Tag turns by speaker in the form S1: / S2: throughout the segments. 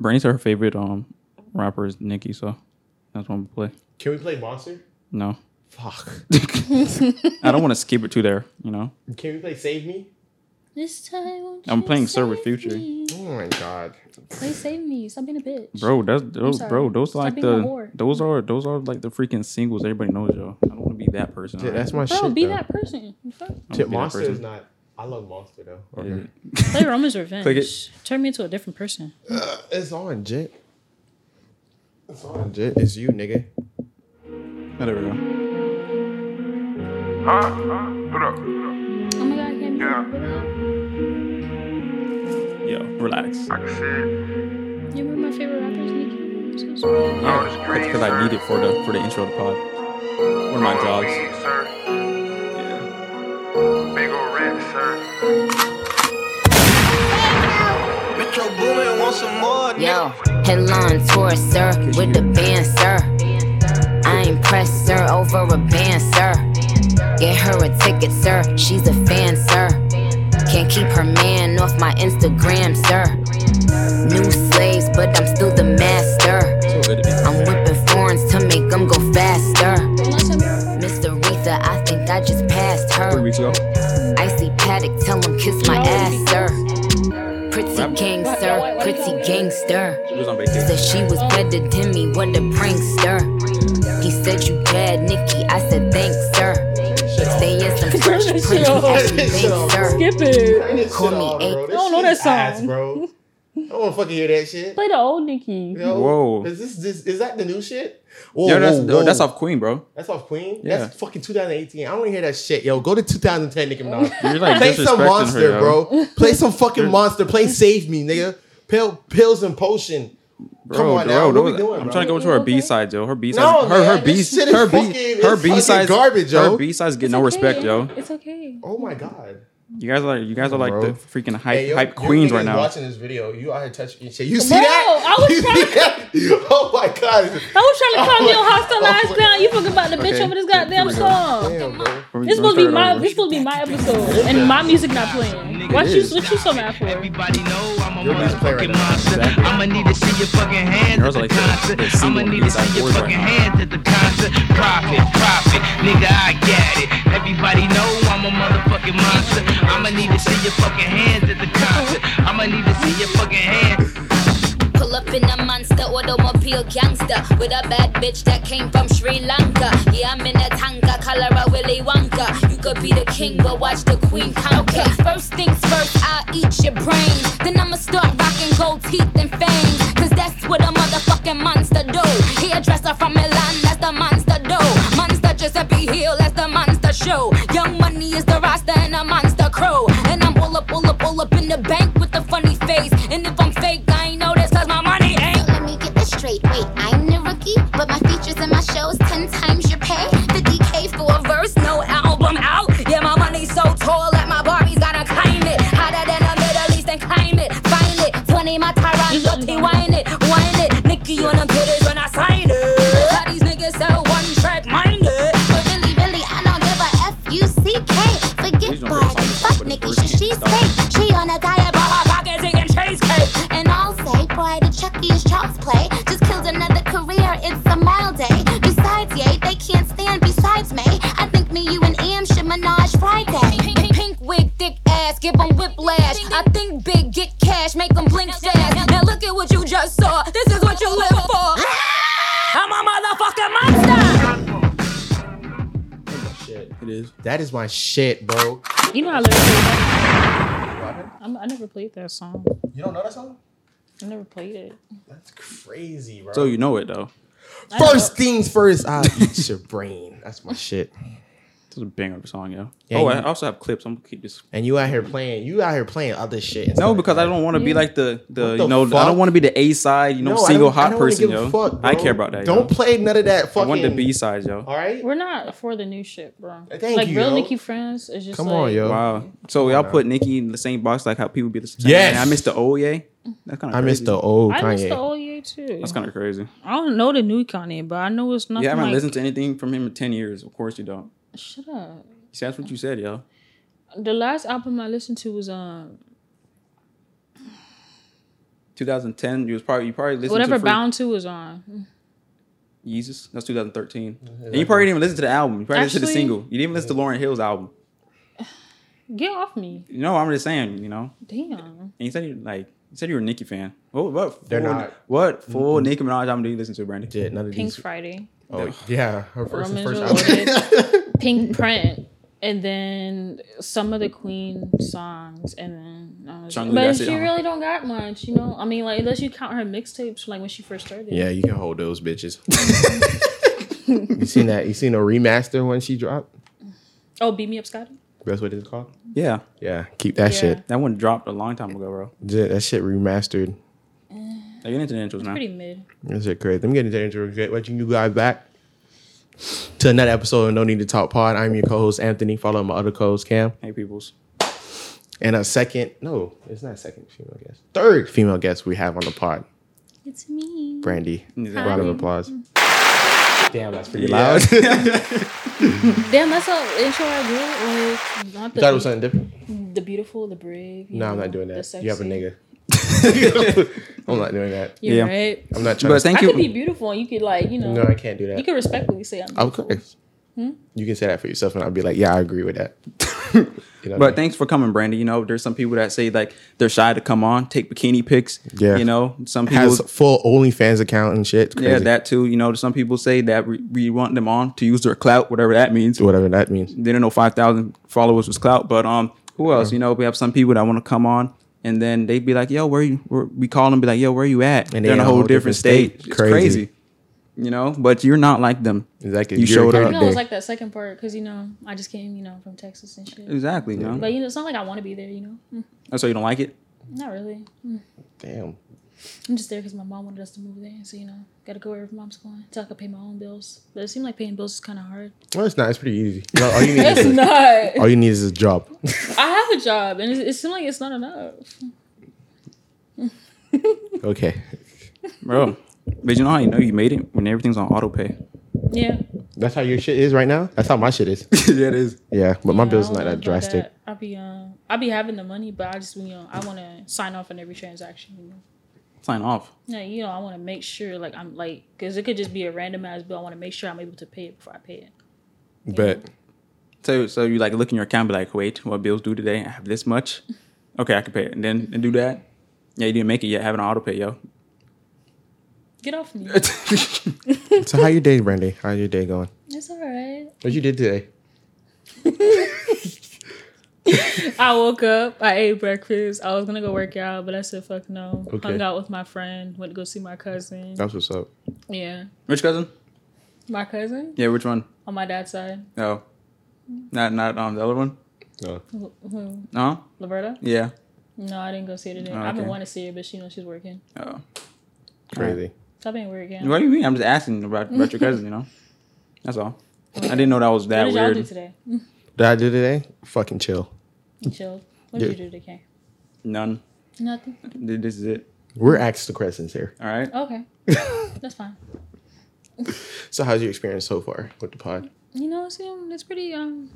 S1: Bernie said her favorite um rapper is Nicki, so that's what I'm gonna play.
S2: Can we play Monster?
S1: No,
S2: Fuck.
S1: I don't want to skip it to there. You know,
S2: Can we play Save Me?
S3: This time won't
S1: I'm
S3: you
S1: playing Sir with
S3: save
S1: Future.
S3: me?
S2: Oh my god.
S3: Please save me. Stop being a bitch.
S1: bro. That's those,
S3: sorry.
S1: bro. Those are
S3: Stop
S1: like
S3: being a
S1: the
S3: whore.
S1: those are those are like the freaking singles everybody knows, yo. I don't want to be that person.
S2: Dude,
S1: alright?
S2: that's my
S3: Bro,
S2: shit.
S3: be
S2: though.
S3: that person. Fuck.
S1: I don't
S2: Shit,
S1: wanna be that
S2: Monster is
S1: person.
S2: not. I love Monster though.
S1: Yeah.
S3: Play Roman's Revenge.
S1: Click
S3: Turn me into a different person.
S2: It's on, Jit. It's on, Jit. It's you, nigga.
S1: Oh, there we go.
S4: Huh? Put up.
S3: Oh my god, I can't be
S4: Yeah.
S1: Yo, relax.
S4: I can see it.
S3: You were my favorite rappers, Nicki. I'm so sorry.
S4: Oh, it's green,
S1: Because I
S4: sir.
S1: need it for the for the intro of the pod. One of my
S4: Oh,
S1: jogs.
S4: weed, sir.
S1: Yeah.
S4: Big ol' rat, sir.
S5: Metro Boomin want some more.
S6: Yo, hell on tour, sir, with the band, sir. I ain't pressed, sir, over a band, sir. Get her a ticket, sir, she's a fan, sir. Can't keep her man off my Instagram, sir. New slaves, but I'm still the master.
S1: So good to
S6: I'm whipping foreigns to make them go faster.
S3: Last time you were-
S6: Mr. Aretha, I think I just passed
S1: be three
S6: her.
S1: weeks ago.
S6: Icy Paddock, tell him kiss my
S3: No,
S6: ass, sir.
S1: Rap.
S6: Pretty gang, sir, pretty gangster.
S1: She was on
S6: Said
S1: vacation.
S6: she was better than me, what a prankster. He said you bad, Nikki. I said thanks, sir. Stay in some fresh
S3: Shut
S6: print,
S3: up.
S6: actually
S2: Shut up.
S6: thanks, sir.
S3: Skip it.
S2: Turn this
S6: Call
S2: shit
S6: me
S2: off,
S6: eight.
S2: bro.
S6: I
S3: don't know
S2: shit's
S3: that
S2: ass,
S3: song.
S2: bro. I don't want to fucking hear that shit.
S3: Play the old Nicki.
S2: Yo,
S1: Whoa.
S2: Is this, this is that the new shit? Whoa,
S1: Yo, that's
S2: whoa,
S1: yo,
S2: whoa.
S1: that's off Queen, bro.
S2: That's off Queen.
S1: Yeah.
S2: That's fucking 2018. I don't wanna hear that shit. Yo, go to 2010, nigga. Minaj.
S1: You're like
S2: Play some
S1: disrespecting
S2: monster,
S1: her, yo.
S2: bro. Play some fucking monster. Play save me, nigga. Pill, pills and potion.
S1: Bro,
S2: Come on
S1: bro,
S2: now. What
S1: those-
S2: we doing,
S1: I'm
S2: bro?
S1: trying to go to her B side, yo. Her B side,
S2: No,
S1: her her
S2: man,
S1: B,
S2: this shit is
S1: her
S2: fucking-
S1: B,
S2: it's
S1: her
S2: fucking
S1: B sides,
S2: garbage, yo.
S1: Her B sides get
S3: It's
S1: no
S3: okay.
S1: respect, yo.
S3: It's okay.
S2: Oh my god.
S1: You guys are you guys are like
S2: Bro.
S1: the freaking hype
S2: Hey, yo,
S1: hype
S2: you
S1: queens
S2: niggas
S1: right now.
S2: Watching this video, you out here touching your shit. You see
S3: Bro,
S2: that?
S3: I was
S2: You see that? Oh my god.
S3: I was trying to call me on
S2: Oh,
S3: hostile
S2: wait.
S3: last time. You fucking about the bitch
S1: Okay.
S3: over this goddamn
S1: Here we go.
S3: song.
S2: Damn,
S1: Bro,
S2: bro.
S3: This
S1: you wanna
S3: supposed to be
S1: start
S3: my
S1: over?
S3: this supposed to be my episode and my music not playing. What you
S1: is.
S3: what you so mad for?
S7: Everybody know I'm a
S2: You're just playing right
S7: motherfucking
S2: now.
S7: monster.
S1: Exactly.
S7: I'ma need to see your fucking hands
S1: Girls
S7: at the
S1: like that.
S7: concert.
S1: They're
S7: I'ma
S1: singing
S7: need to
S1: these, like,
S7: see your
S1: words right
S7: fucking
S1: now.
S7: hands at the concert. Profit, profit, nigga, I got it. Everybody know I'm a motherfucking monster. I'ma need to see your fucking hands at the concert. I'ma need to see your fucking hands.
S6: Pull up in a monster automobile gangster with a bad bitch that came from Sri Lanka. Yeah, I'm in a tanga, color of Willy Wonka. You could be the king, but watch the queen conquer. Okay, first things first, I'll eat your brains. Then I'ma start rocking gold teeth and fangs. Cause that's what a motherfucking monster do. Hairdresser from Milan, that's the monster do. Monster Giuseppe Hill, that's the monster show. Young Money is the roster and a monster crow. And I'm all up, all up, all up in the bank with a funny face. And if I'm fake, I ain't know this cause my money ain't.
S8: Let me get this straight. Wait, I'm the rookie, but my features and my shows ten times your pay. 50k for a verse,
S6: No album out. Yeah, my money's so tall that my Barbie's gotta claim it. Hotter than the Middle East and claim it. Find it. 20 my Tyron, dirty wine it. Wine it. Nikki on them titties when I sign it. All these niggas so one track minded.
S8: but really, really, I don't give a f u c k.
S1: Please
S8: Forget
S1: don't
S8: Barbie,
S1: criticize
S8: fuck
S1: somebody
S8: Nikki,
S1: for
S8: should she
S1: eating
S8: stay? She on a diet, but her pocket.
S6: Pockets eating cheesecake.
S8: And I'll say, boy, the Chucky is child's play. Just killed another career, it's a mild day. Besides, yay, they can't stand besides me. I think me, you, and Am should menage Friday.
S6: Pink, pink, pink wig, thick ass, give 'em whiplash. I think big, get cash, make 'em blink fast. Now look at what you just saw. This is what you live for. I'm a motherfucking monster.
S2: Shit.
S1: It is.
S2: That is my shit, bro.
S3: You know I literally that. I'm, I never played that song.
S2: You don't know that song?
S3: I never played it.
S2: That's crazy, bro.
S1: So you know it though.
S2: first things first, I'll eat your brain. That's my shit.
S1: This is a banger song, yo.
S2: Yeah,
S1: oh,
S2: you-
S1: I also have clips. I'm gonna keep this.
S2: And you out here playing. You out here playing other shit. and
S1: No,
S2: stuff.
S1: because I don't want to be
S3: Yeah.
S1: like the the,
S2: What the
S1: you know I
S2: fuck?
S1: don't want to be the A side you know
S2: No, I
S1: single
S2: don't- I
S1: hot
S2: don't wanna
S1: person
S2: give a
S1: yo.
S2: fuck,
S1: I
S2: bro.
S1: care about that.
S2: Don't
S1: yo.
S2: play none of that
S1: I
S2: fucking.
S1: want the B sides yo.
S2: All right.
S3: We're not for the new shit, bro.
S2: Thank
S3: like
S2: you,
S3: real
S2: yo.
S3: Nicki friends is just
S2: Come
S3: like,
S2: on, yo.
S1: Wow. So y'all put Nicki in the same box like how people be the same.
S2: Yes.
S1: And I missed the old yay. That's kind of
S2: I missed the old
S3: I miss the
S2: Kanye.
S3: old year too.
S1: That's kind of crazy.
S3: I don't know the new Kanye, but I know it's nothing.
S1: You haven't
S3: like,
S1: listened to anything from him in ten years. Of course you don't.
S3: Shut up.
S1: See, that's what you said, yo.
S3: The last album I listened to was um
S1: 2010. You was probably you probably listened
S3: Whatever
S1: to Free-
S3: Bound Two is on.
S1: Yeezus. That's 2013. And you probably didn't even listen to the album. You probably listened to the
S3: Actually-
S1: single. You didn't even listen to Lauren Hill's album.
S3: Get off me,
S1: You know, I'm just saying. You know,
S3: damn.
S1: and you said you like you said you were a Nicki fan. What what
S2: They're
S1: full,
S2: not.
S1: what full Nicki Minaj album do you listen to, Brandon?
S2: Shit, none of
S3: Pink
S2: these.
S3: Friday,
S2: Oh, yeah, her first, her
S3: Romans
S2: first
S3: Reloaded.
S2: album.
S3: Pink Print, and then some of the Queen songs, and then. that was it.
S1: Jungle,
S3: but
S1: that's it,
S3: she
S1: huh?
S3: really don't got much, you know. I mean, like unless you count her mixtapes, like when she first started.
S2: yeah, you can hold those bitches. you seen that? You seen a remaster when she dropped?
S3: Oh, beat me up, Scotty.
S2: That's what it's called.
S1: Yeah,
S2: Yeah, keep that
S3: Yeah.
S2: shit.
S1: that one dropped a long time ago, bro.
S2: Th- That shit remastered.
S1: Like you into the intros now.
S3: Pretty mid.
S2: That shit crazy. Let me get into danger. Regret watching you guys back to another episode of No Need to Talk Pod. I'm your co-host Anthony. Follow my other co-host Cam.
S1: Hey, peoples.
S2: And a second, no, it's not second female guest. Third female guest we have on the pod,
S3: It's me.
S2: Brandy.
S1: Hi.
S2: Round of applause. Damn, that's pretty
S1: Mm-hmm. Yeah.
S2: loud.
S3: Damn, that's a intro I did. Like, not the,
S2: Thought it was something different.
S3: the beautiful, the brave. you
S2: No, I'm
S3: know,
S2: not doing
S3: the
S2: that. You have a
S3: sexy.
S2: nigga. I'm not doing that.
S3: You're
S1: Yeah.
S3: right.
S2: I'm not trying
S1: But
S2: to.
S1: thank
S3: I could be
S1: you.
S3: beautiful and you could like, you know,
S2: No, I can't do
S3: you
S2: that.
S3: could respectfully say I'm
S2: Of
S3: beautiful.
S2: course.
S1: Hmm?
S2: You can say that for yourself, and I'll be like, yeah, I agree with that. You know what I
S1: But
S2: mean?
S1: thanks for coming, Brandy. You know, there's some people that say like they're shy to come on, take bikini pics.
S2: Yeah.
S1: You know, some people
S2: has full OnlyFans account and shit. It's crazy.
S1: Yeah, that too. You know, some people say that we, we want them on to use their clout, whatever that means. They
S2: whatever that means.
S1: didn't know five thousand followers was clout, but um, who else? You know, we have some people that want to come on, and then they'd be like, "Yo, where you?" Where, we call them, be like, "Yo, where you at?"
S2: And
S1: they're in a whole different, state.
S2: state.
S1: It's
S2: Crazy.
S1: crazy. you know. But you're not like them.
S2: Exactly.
S1: You
S2: You're
S1: showed
S2: kind
S1: up.
S2: of-
S3: You know, it's
S2: Day.
S3: like that second part because you know I just came, you know, from Texas and shit.
S1: Exactly. You know?
S3: But you know, it's not like I want to be there. You know, Mm,
S1: so you don't like it.
S3: not really. Mm.
S2: Damn.
S3: I'm just there because my mom wanted us to move there, so you know, gotta go wherever mom's going so I could pay my own bills. But it seemed like paying bills is kind of hard.
S2: Well, it's not. It's pretty easy. You know, all you need
S3: It's
S2: is
S3: not. I
S2: all you need is a job.
S3: have a job, and it, it seemed like it's not enough.
S2: okay.
S1: Bro. But you know how you know you made it when everything's on auto pay.
S3: Yeah,
S2: That's how your shit is right now. That's how my shit is.
S1: yeah, it is.
S2: Yeah, but my
S3: Yeah,
S2: bill's
S3: I don't
S2: not
S3: know
S2: that
S3: about
S2: drastic.
S3: that. I be um, I be having the money, but I just you know I want to sign off on every transaction. You know?
S1: Sign off.
S3: Yeah, you know, I want to make sure, like, I'm like, because it could just be a randomized bill. I want to make sure I'm able to pay it before I pay it.
S2: But
S1: So so you like look in your account, be like, wait, what bills due today? I have this much. Okay, I can pay it, and then and do that. Yeah, you didn't make it yet. Have an auto pay, yo.
S3: Get off me.
S2: so, how your day, Brandy? How your day going?
S3: it's all right.
S2: What you did today?
S3: I woke up. I ate breakfast. I was gonna go work out, but I said fuck no.
S2: Okay. Oh.
S3: Hung out with my friend. Went to go see my cousin.
S2: That's what's up.
S3: Yeah,
S1: Which cousin?
S3: my cousin
S1: Yeah, which one?
S3: on my dad's side.
S1: No, not not um the other one. Oh,
S2: No.
S3: Who- Who?
S1: No,
S3: Roberta?
S1: yeah.
S3: No, I didn't go see her today. I've been
S1: okay.
S3: wanting to see her, but she knows she's working.
S1: Oh.
S2: Crazy.
S3: Stop being weird again.
S1: What do you mean? I'm just asking about, about your cousin. You know, that's all. I didn't know that was
S3: What
S1: that
S3: did y'all do
S1: weird.
S3: today?
S2: Did I do today? Fucking chill.
S3: Chill. What did
S2: Yeah.
S3: you do today? Kay?
S1: None.
S3: Nothing.
S1: Th- This is it.
S2: We're aristocrats here.
S1: All right.
S3: Okay, that's fine.
S2: So, how's your experience so far with the pod?
S3: You know, it's, um, it's pretty. Um,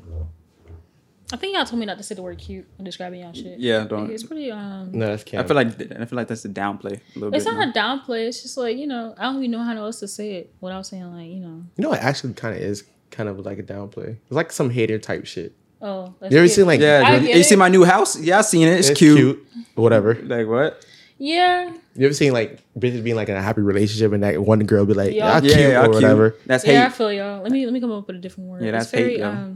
S3: I think y'all told me not to say the word cute when describing y'all shit.
S1: Yeah, Mm,
S3: Like,
S1: don't.
S3: it's pretty. Um,
S2: No, that's Cam.
S1: I feel like th- I feel like that's a downplay a little
S3: it's
S1: bit.
S3: not
S1: no?
S3: a downplay. It's just like you know, I don't even know how else to say it without saying like you know,
S2: you know what actually kind of is kind of like a downplay. It's like some hater type shit.
S3: oh. that's
S2: You ever
S3: cute.
S2: seen like
S1: yeah,
S3: I
S1: you,
S3: get
S1: you see
S3: it.
S1: my new house? Yeah, I seen it. It's, cute.
S2: whatever.
S1: Like what?
S3: Yeah,
S2: You ever seen like bitches being like in a happy relationship and that one girl be like,
S3: Yeah.
S2: "Yeah, cute"
S1: yeah,
S2: or
S1: cute.
S2: whatever?
S1: That's
S3: yeah. I
S1: hate.
S3: feel y'all. Let me let me come up with a different word.
S1: Yeah,
S3: It's
S1: that's hate,
S3: very,
S1: yo.
S3: um,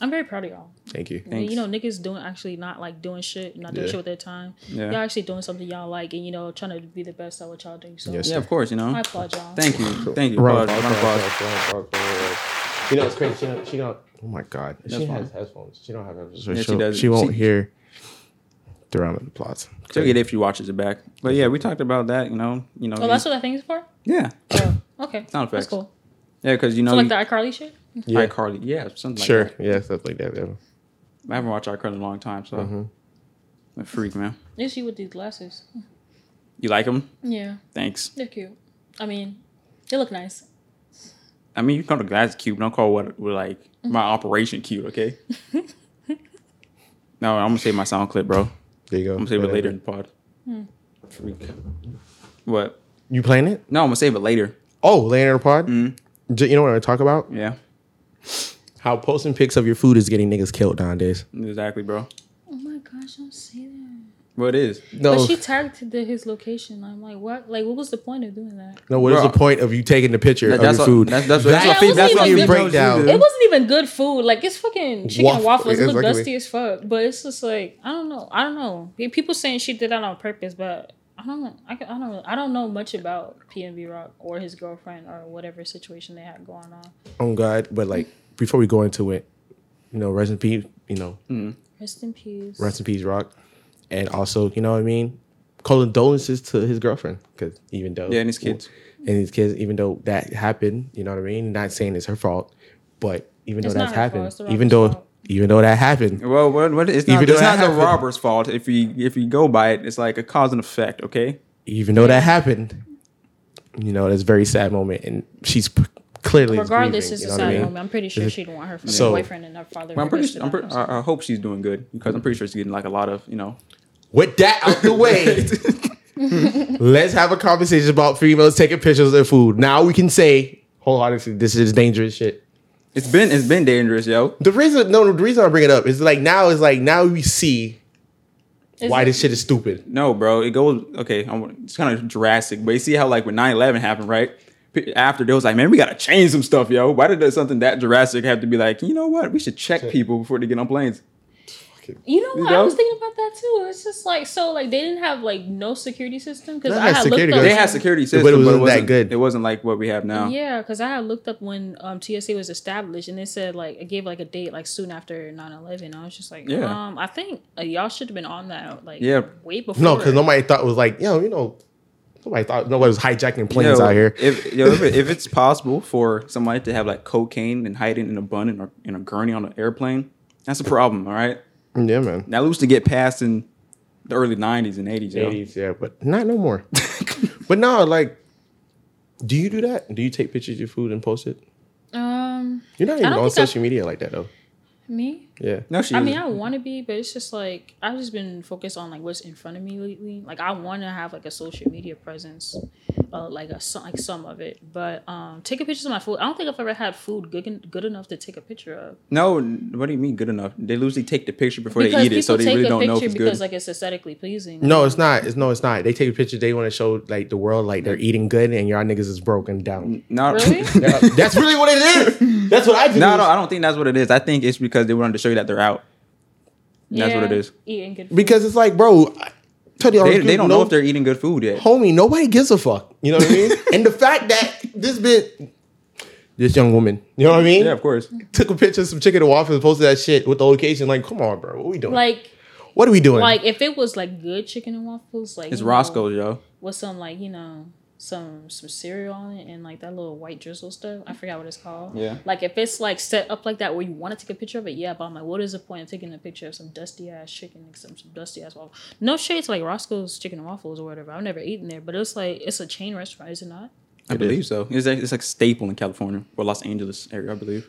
S3: I'm very proud of y'all.
S2: Thank you.
S1: Thanks.
S3: You know, niggas doing actually not like doing shit, not doing
S2: Yeah.
S3: shit with their time.
S1: Yeah.
S3: Y'all actually doing something y'all like, and you know, trying to be the best at what y'all do. So
S2: Yes.
S1: Yeah, of course. You know.
S3: I applaud y'all.
S1: Thank you. Thank you.
S2: Round
S1: Round
S2: of applause,
S1: round of
S2: round
S1: applause.
S2: of applause, round of applause, round of applause. You know, it's crazy. She don't. She don't oh my god. she
S1: fine.
S2: has headphones. She don't have headphones. So
S1: Yeah, she
S2: she'll- she
S1: doesn't.
S2: won't
S1: She-
S2: hear the round of applause.
S1: She'll get it if she watches it back. But yeah, we talked about that. You know. You know.
S3: Oh, that's what that thing is for.
S1: yeah.
S3: Oh, okay.
S1: Sound
S3: That's
S1: effects.
S3: cool.
S1: Yeah, because you know.
S3: So like
S1: you-
S3: the iCarly shit.
S2: Yeah.
S1: iCarly. Yeah, something like
S2: sure.
S1: that.
S2: yeah, stuff like that. yeah.
S1: I haven't watched iCarly in a long time, so I'm a freak, man.
S3: Is she with these glasses?
S1: You like them?
S3: Yeah,
S1: Thanks.
S3: they're cute. I mean, they look nice.
S1: I mean, you call the guys cute, but don't call what what, like my operation cute, okay? no, I'm gonna save my sound clip, bro. I'm
S2: There you go.
S1: gonna save it
S2: Whatever.
S3: Hmm.
S1: later in the pod. Freak. What?
S2: You playing it?
S1: No, I'm gonna save it later.
S2: Oh, later in the pod.
S1: Mm-hmm.
S2: J- You know what I'm gonna talk about?
S1: Yeah,
S2: How posting pics of your food is getting niggas killed nowadays.
S1: exactly, bro.
S3: Oh my gosh, don't say that.
S1: Well, it is.
S2: No,
S3: But she tagged the, his location. I'm like, what? Like, what was the point of doing that?
S2: no. What is
S1: Bro.
S2: the point of you taking the picture
S1: That-
S2: of
S1: that's
S2: your
S1: what-
S2: food?
S1: that's- that's what- that's
S3: what fe- that's what
S2: your
S3: females
S2: breakdown.
S1: do.
S3: It wasn't even good food. Like it's fucking chicken
S2: Waffle-
S3: waffles. It look
S2: exactly.
S3: dusty as fuck. But it's just like I don't know. I don't know. Pe- People saying she did that on purpose, but I don't. I, can- I don't. I don't know much about PNB Rock or his girlfriend or whatever situation they had going on.
S2: Oh God! But like before we go into it, you know, rest in peace. You know,
S3: Rest in peace.
S2: rest in peace, Rock. And also, you know what I mean? Condolences to his girlfriend, because even though
S1: Yeah, and his kids.
S2: and his kids, even though that happened, you know what I mean. Not saying it's her fault, but even
S3: It's
S2: though
S3: not
S2: that's
S3: her fault,
S2: happened,
S3: it's the
S2: even though
S3: robber's fault.
S2: even though that happened,
S1: Well, what, what, it's not,
S2: Even though
S1: it's
S2: that
S1: not the
S2: happened-
S1: robber's fault. If you if you go by it, it's like a cause and effect. Okay.
S2: even though that happened, you know, that's a very sad moment, and she's p- clearly
S3: Regardless,
S2: grieving,
S3: it's
S2: you
S3: a
S2: know what
S3: side
S2: I mean?
S3: moment. I'm pretty sure she didn't want her fucking
S2: So-
S3: boyfriend and her father.
S1: Well, I'm pretty.
S3: arrested
S1: I'm
S3: on
S1: pretty. uh,
S3: her.
S1: I, I hope she's doing good because I'm pretty sure she's getting like a lot of you know.
S2: With that out the way, let's have a conversation about females taking pictures of their food. Now we can say wholeheartedly, this is dangerous shit.
S1: It's been it's been dangerous, yo.
S2: The reason, no, the reason I bring it up is like now is like now we see
S3: Is
S2: why
S3: it-
S2: this shit is stupid.
S1: No, bro. It goes okay. I'm, it's kind of drastic, but you see how like when 9-11 happened, right? P- After they was like, man, we gotta change some stuff, yo. Why did something that drastic have to be like? You know what? We should check people before they get on planes.
S3: You know what? I
S1: know?
S3: was thinking about that too. It's just like so, like they didn't have like no security system because
S2: They
S3: I
S2: had
S3: had
S2: security
S3: looked up.
S2: guards.
S1: They had security system,
S2: But
S1: but
S2: it
S1: it
S2: wasn't
S1: wasn't
S2: that good.
S1: It wasn't like what we have now.
S3: Yeah, because I had looked up when um, TSA was established, and it said like it gave like a date like soon after 9-11. I was just like,
S1: Yeah.
S3: um, I think uh, y'all should have been on that like
S1: Yeah.
S3: way before.
S2: No, because nobody thought it was like, yo, you know, nobody thought nobody was hijacking
S1: Yo,
S2: planes out here.
S1: If, yo, if, it- if it's possible for somebody to have like cocaine and hide it in a bun in a, in a gurney on an airplane, that's a problem. All right.
S2: Mm, yeah, man.
S1: That used to get passed in the early '90s and '80s. Yo.
S2: 80s, yeah, but not no more. but no, like, do you do that? Do you take pictures of your food and post it?
S3: Um,
S2: You're not
S3: I
S2: even
S3: don't
S2: on
S3: think I-
S2: social media like that though.
S3: me.
S2: Yeah.
S1: No, she.
S3: I mean,
S1: isn't.
S3: I want to be, but it's just like I've just been focused on like what's in front of me lately. Like I want to have like a social media presence, uh, like a so- like some of it. But um, taking pictures of my food, I don't think I've ever had food good en- good enough to take a picture of.
S1: No, n- what do you mean good enough? They usually take the picture before
S3: Because
S1: they eat
S3: people
S1: it, so they
S3: take
S1: really
S3: a
S1: don't know if
S3: picture
S1: it's good.
S3: because like it's aesthetically pleasing.
S2: No, it's not. It's no, it's not. They take a picture. They want to show like the world like they're eating good, and y'all niggas is broken down.
S1: not,
S3: Really?
S1: no,
S2: That's really what it is. That's what I do.
S1: no, I don't think that's what it is. I think it's because they wanted to show you that they're out. That's what it is.
S3: Eating good. food.
S2: because it's like, bro, I- tell you,
S1: They, they don't know if they're eating good food yet.
S2: homie. Nobody gives a fuck. You know what I mean? and the fact that this bit, this young woman, you know what I mean?
S1: Yeah, of course.
S2: Took a picture of some chicken and waffles, posted that shit with the location. Like, come on, bro, what we doing?
S3: like
S2: what are we doing?
S3: like if it was like good chicken and waffles, like
S1: It's
S3: you know,
S1: Roscoe, yo.
S3: with some like you know some some cereal on it and like that little white drizzle stuff. I forgot what it's called.
S1: Yeah.
S3: Like if it's like set up like that where you want to take a picture of it, yeah. But I'm like, what is the point of taking a picture of some dusty ass chicken and some, some dusty ass waffle? No shade to like Roscoe's Chicken and Waffles or whatever. I've never eaten there, but it's like it's a chain restaurant, is it not?
S1: I believe so. It's like, it's like staple in California or Los Angeles area, I believe.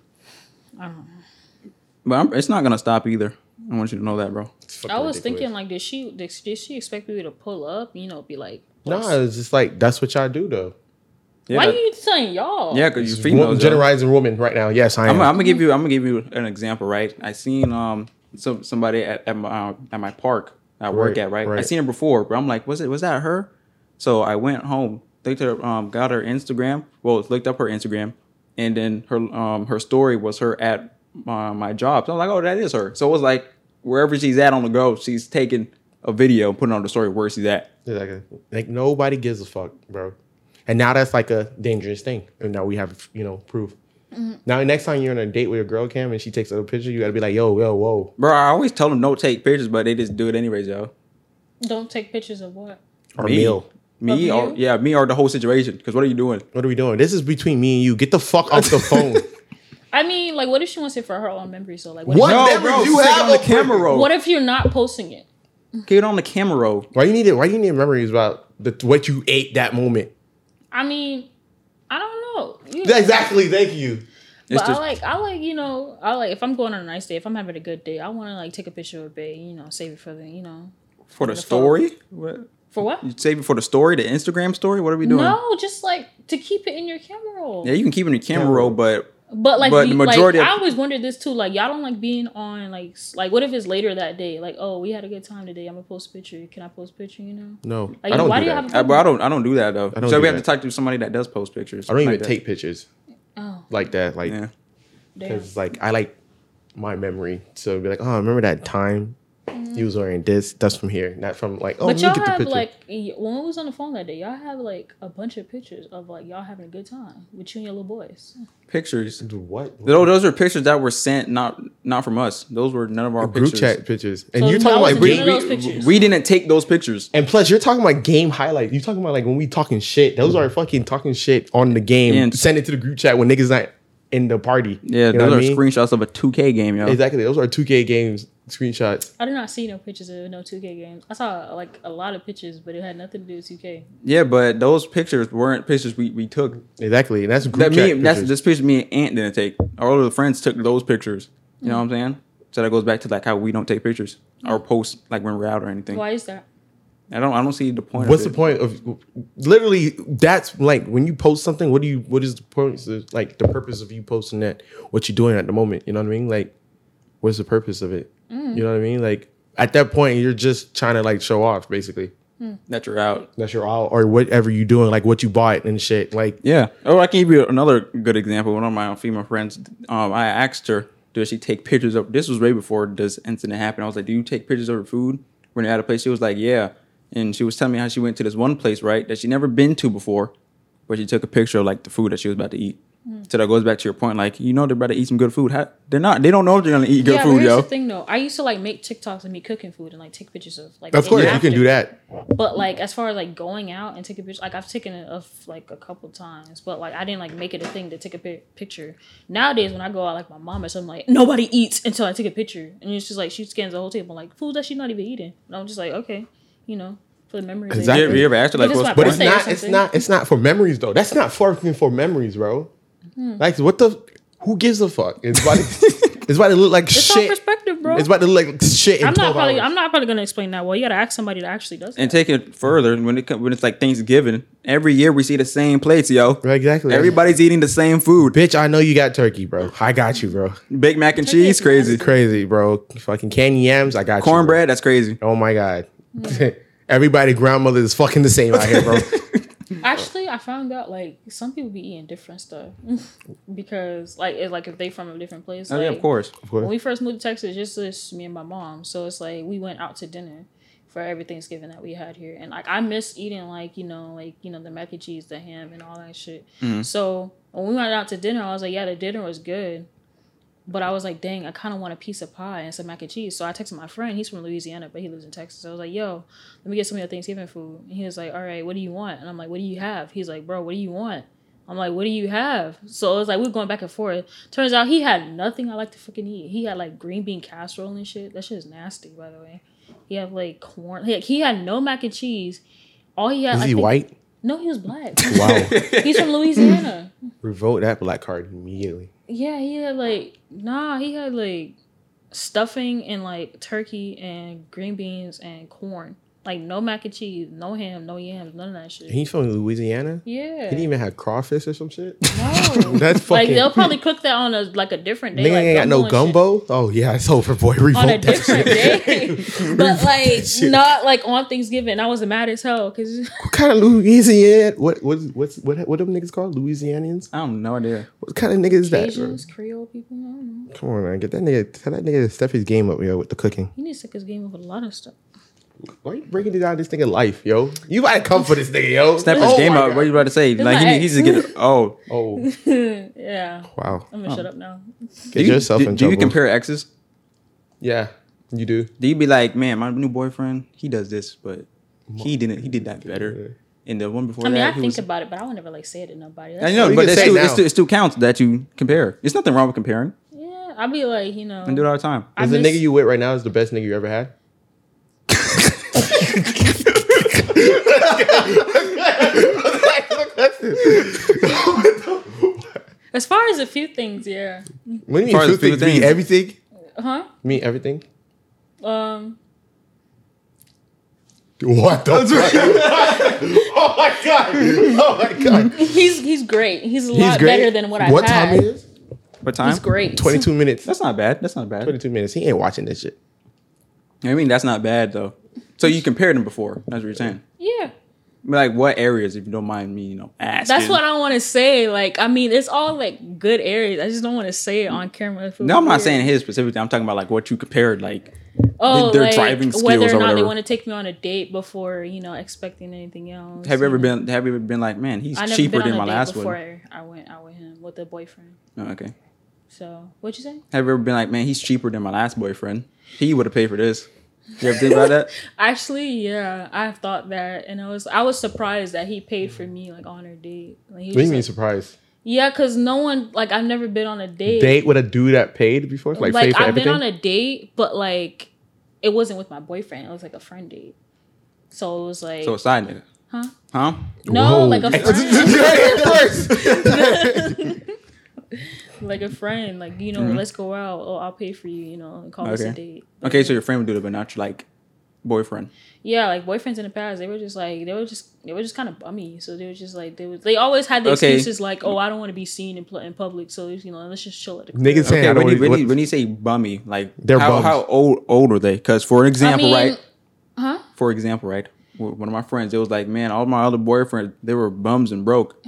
S3: I don't know.
S1: But I'm, it's not gonna stop either. I want you to know that, bro.
S2: It's fucking
S3: I was
S2: ridiculous.
S3: thinking like, did she did, did she expect me to pull up? You know, be like,
S2: nah, it's just like that's what y'all do though.
S1: Yeah,
S3: why are you saying y'all?
S1: Yeah, because you're
S2: Woman,
S1: females. yo.
S2: generalizing woman right now. Yes, I am.
S1: I'm, I'm gonna give you. I'm gonna give you an example, right? I seen um some somebody at, at my uh, at my park I work
S2: Right,
S1: at, right? I
S2: right.
S1: seen her before, but I'm like, was it was that her? So I went home, looked her, um, got her Instagram. Well, looked up her Instagram, and then her um her story was her at my, my job. So I'm like, oh, that is her. So it was like wherever she's at on the go, she's taking a video and putting on the story where she's at.
S2: It's Like, a- like nobody gives a fuck, bro. And now that's like a dangerous thing. And now we have, you know, proof.
S3: Mm-hmm.
S2: Now next time you're on a date with a girl cam and she takes a picture, you gotta be like, yo, yo, whoa.
S1: Bro, I always tell them don't take pictures, but they just do it anyways, yo.
S3: Don't take pictures of what?
S2: Or
S1: Me.
S2: meal.
S3: Of
S1: Me
S3: you?
S1: or yeah, me or the whole situation. Because what are you doing?
S2: What are we doing? This is between me and you. Get the fuck off the phone.
S3: I mean, like, what if she wants it for her own memory? So, like, what?
S2: What?
S1: No,
S2: No,
S3: If,
S2: bro,
S1: bro,
S2: you
S1: you
S2: have
S1: have on the
S2: a-
S1: camera roll.
S3: what if you're not posting it?
S1: Get on the camera roll.
S2: why you need it? Why you need memories about the, what you ate that moment?
S3: I mean, I don't know. You-
S2: Exactly. Thank you.
S1: It's
S3: But
S1: just-
S3: I like, I like, you know, I like if I'm going on a nice day, if I'm having a good day, I want to like take a picture of it, you know, save it for the, you know,
S1: For the
S3: the phone.
S1: story? What?
S3: For what?
S1: Save it for the story, the Instagram story. What are we doing?
S3: No, just like to keep it in your camera roll.
S1: Yeah, you can keep it in the camera roll, but
S3: But like,
S1: But
S3: we-
S1: the majority
S3: like,
S1: of-
S3: I always wondered this too. Like, y'all don't like being on like s- like what if it's later that day? Like, oh, we had a good time today. I'm gonna post a picture. Can I post a picture? You know?
S2: No,
S3: Like,
S2: I don't.
S3: why
S2: do
S3: do you
S2: that.
S3: have?
S1: I, but I don't I don't do that though.
S2: I don't
S1: so
S2: do
S1: we have
S2: that.
S1: to talk to somebody that does post pictures.
S2: I don't even
S1: like that.
S2: take pictures
S3: Oh,
S2: like that. Like
S1: Yeah.
S3: damn.
S2: because like I like my memory. So it'd be like, oh, remember that time you was wearing this? That's from here, not from like. Oh,
S3: But
S2: look
S3: y'all
S2: at the
S3: have
S2: picture.
S3: like y- when we was on the phone that day, y'all have like a bunch of pictures of like y'all having a good time with you and your little boys.
S1: Pictures.
S2: what?
S1: Tho- Those are pictures that were sent, not not from us. Those were none of our
S2: group
S1: pictures.
S2: chat pictures, and
S3: So
S2: you talking
S3: y'all
S2: about
S3: wasn't
S2: we-
S3: doing
S2: we-
S3: those pictures.
S1: We didn't take those pictures.
S2: and plus you're talking about game highlights. You talking about like when we talking shit. Those are fucking talking shit on the game.
S1: And-
S2: Send it to the group chat when niggas not in the party.
S1: Yeah,
S2: You know
S1: those
S2: what
S1: are
S2: I mean?
S1: screenshots of a 2K game, yo.
S2: Exactly. Those are 2K games screenshots.
S3: I did not see no pictures of no 2K games. I saw like a lot of pictures, but it had nothing to do with 2K.
S1: Yeah, but those pictures weren't pictures we, we took.
S2: Exactly. And that's group
S1: That
S2: chat.
S1: me, that's
S2: pictures.
S1: this picture me and Aunt didn't take. All of the friends took those pictures. You know what I'm saying? So that goes back to like how we don't take pictures or post like when we're out or anything.
S3: Why is that?
S1: I don't I don't see the point.
S2: What's the
S1: of it.
S2: point of literally that's like when you post something, what do you what is the point like the purpose of you posting that? What you doing at the moment, you know what I mean? Like what's the purpose of it? You know what I mean? Like at that point you're just trying to like show off basically.
S1: that you're out?
S2: That's your all or whatever you doing, like what you bought and shit. Like
S1: Yeah. Oh, I can give you another good example. One of my female friends, um, I asked her, does she take pictures of this was right before this incident happened. I was like, Do you take pictures of your food when you're at a place? She was like, Yeah. And she was telling me how she went to this one place, right, that she never been to before, where she took a picture of like the food that she was about to eat.
S3: Hmm.
S1: So that goes back to your point, like, you know they're about to eat some good food. How, they're not they don't know if they're gonna eat good
S3: yeah, but
S1: food,
S3: here's
S1: yo.
S3: the thing though. I used to like make TikToks of me cooking food and like take pictures of like.
S2: of
S3: it
S2: course you
S3: after.
S2: can do that.
S3: But like as far as like going out and taking pictures, like I've taken it of like a couple times, but like I didn't like make it a thing to take a pi- picture. Nowadays, when I go out like my mom or something, like nobody eats until I take a picture, and it's just like she scans the whole table, like food that she's not even eating, and I'm just like, okay, you know, for the memory. later.
S1: You ever-
S2: Exactly.
S1: you ever asked her
S3: But
S1: like
S3: it's
S1: what's
S3: my
S1: the point?
S2: But it's
S3: Birthday or
S2: not it's
S3: something.
S2: not it's not for memories though. That's not fucking for memories, bro.
S3: Hmm.
S2: Like what the who gives a fuck? It's about to, it's about to look like
S3: It's all
S2: shit.
S3: perspective, bro.
S2: It's about to look like shit in
S3: I'm not
S2: 12
S3: probably.
S2: hours.
S3: I'm not probably gonna explain that well. You gotta ask somebody that actually does.
S1: And
S3: That.
S1: take it further when it co- when it's like Thanksgiving. Every year we see the same plates, yo.
S2: Right, exactly.
S1: Everybody's eating the same food.
S2: Bitch, I know you got turkey, bro. I got you, bro.
S1: Big mac and
S3: Turkey
S1: cheese,
S3: is
S1: crazy.
S2: Crazy, bro. Fucking candy yams, I got
S1: Cornbread, that's crazy.
S2: you. Bro. Oh my god. Everybody grandmother is fucking the same out here, bro.
S3: Actually, I found out like some people be eating different stuff because like it's like if they from a different place.
S1: Oh yeah, of
S3: like,
S1: course.
S3: When we first moved to Texas, just us, me and my mom. So it's like we went out to dinner for every Thanksgiving that we had here, and like I miss eating like you know like you know the mac and cheese, the ham, and all that shit. So when we went out to dinner, I was like, yeah, the dinner was good. But I was like, dang, I kind of want a piece of pie and some mac and cheese. So I texted my friend. He's from Louisiana, but he lives in Texas. I was like, yo, let me get some of your Thanksgiving food. And he was like, all right, what do you want? And I'm like, what do you have? He's like, bro, what do you want? I'm like, what do you have? So it was like, we are going back and forth. Turns out he had nothing I like to fucking eat. He had like green bean casserole and shit. That shit is nasty, by the way. He had like corn. He had, he had no mac and cheese. All he had.
S2: Is
S3: I
S2: he
S3: think-
S2: white?
S3: No, he was black.
S2: Wow.
S3: He's from Louisiana.
S2: Revoke that black card immediately.
S3: Yeah, he had like nah, he had like stuffing and like turkey and green beans and corn. Like no mac and cheese, no ham, no yams, none of that shit.
S2: He's from Louisiana?
S3: yeah.
S2: He didn't even have crawfish or some shit.
S3: no.
S2: That's fucking
S3: like they'll probably cook that on a like a different day.
S2: Nigga
S3: like,
S2: ain't got no
S3: and shit.
S2: gumbo. Oh yeah, it's over, boy. Revolt
S3: on a
S2: that
S3: different
S2: shit.
S3: day, but like not like on Thanksgiving. I was mad as hell because
S2: What kind of Louisiana? What what what's what what them niggas called? Louisianians?
S1: I don't no idea.
S2: What kind of nigga is that? bro?
S3: Asians, Creole people, I don't know.
S2: Come on, man. Get that nigga. Tell that nigga to step his game up, yo, with the cooking.
S3: He needs to take his game up with a lot of stuff.
S2: Why you breaking it out of this nigga life, yo? You about to come for this nigga, yo?
S1: Snap his
S2: Oh
S1: game
S2: my
S1: up. What you about to say? like he,
S3: my
S1: need- he needs to get. A, oh,
S2: God. Oh
S3: Yeah,
S2: wow.
S3: I'm gonna shut up now.
S2: Get
S1: you,
S2: yourself
S1: do,
S2: in
S1: do
S2: trouble.
S1: you compare exes?
S2: Yeah, you do.
S1: Do you be like, man, my new boyfriend, he does this, but he didn't. He did that better. And the one before
S3: I mean,
S1: that,
S3: I
S1: he
S3: think
S1: was.
S3: about it, but I would never like say it to nobody.
S1: I
S3: That's
S1: know,
S2: you
S1: but
S2: can
S1: it
S2: say
S1: still,
S2: it
S1: it,
S2: now.
S1: still, it still counts that you compare. There's nothing wrong with comparing.
S3: Yeah, I'll be like, you know,
S1: I do it all the time.
S3: I
S2: Is the
S3: miss-
S2: nigga you with right now is the best nigga you ever had?
S3: as far as a few things, yeah,
S2: What do you
S1: Far
S2: mean?
S1: as few
S2: Two things, mean
S1: things.
S2: everything?
S3: huh?
S2: Mean everything?
S3: Um,
S9: What the fuck? oh my god! Oh my god!
S3: He's he's great. He's a lot
S2: great.
S3: better than what I
S9: what
S3: had.
S9: time it is?
S1: What time?
S3: He's great.
S2: Twenty two minutes.
S1: That's not bad. That's not bad.
S2: Twenty two minutes. He ain't watching this shit.
S1: I mean, that's not bad though. So you compared them before. That's what you're saying.
S3: Yeah.
S1: But, Like what areas, if you don't mind me, you know, asking.
S3: That's what I want to say. Like, I mean, it's all like good areas. I just don't want to say it on camera. It feels
S1: No, I'm not
S3: weird.
S1: saying his specifically. I'm talking about like what you compared. Like
S3: oh,
S1: their
S3: like,
S1: driving
S3: whether
S1: skills or
S3: or not they
S1: whatever.
S3: want to take me on a date before you know expecting anything else.
S1: have you ever
S3: know.
S1: been? Have you ever been like, man, he's
S3: I never
S1: cheaper
S3: been on
S1: than
S3: a
S1: my
S3: date
S1: last
S3: before
S1: one.
S3: I went out with him with a boyfriend.
S1: Oh, okay.
S3: So what'd you say?
S1: Have you ever been like, man, he's cheaper than my last boyfriend. He would have paid for this. You ever think about that?
S3: Actually, yeah, I've thought that, and I was I was surprised that he paid for me like on our date. Like, he
S2: What do
S3: was
S2: you mean
S3: like-
S2: surprised?
S3: yeah, because no one like I've never been on a date.
S2: Date with a dude that paid before, like,
S3: like,
S2: paid for
S3: I've
S2: everything.
S3: been on a date, but like it wasn't with my boyfriend. It was like a friend date. So it was like
S1: So a side nigga.
S3: Huh?
S1: Huh?
S3: no,
S2: Whoa.
S3: like a friend, like a friend, like you know, let's go out. Oh, I'll pay for you. You know, and call us a
S1: Mm-hmm. Okay.
S3: date.
S1: Okay, so your friend would do it, but not your like boyfriend.
S3: Yeah, like boyfriends in the past, they were just like they were just they were just kind of bummy. So they were just like they was they always had the
S1: Okay.
S3: excuses like, oh, I don't want to be seen in, pl- in public. So you know, let's just chill at the crib.
S2: Niggas saying
S1: Okay,
S2: I don't
S1: when you,
S2: really,
S1: when, you,
S2: what-
S1: when you say bummy, like
S2: They're
S1: how,
S2: bums.
S1: how old old are they? Because for an example,
S3: mean-
S1: right?
S3: Huh?
S1: For example, right? w- One of my friends, it was like, man, all my other boyfriends, they were bums and broke.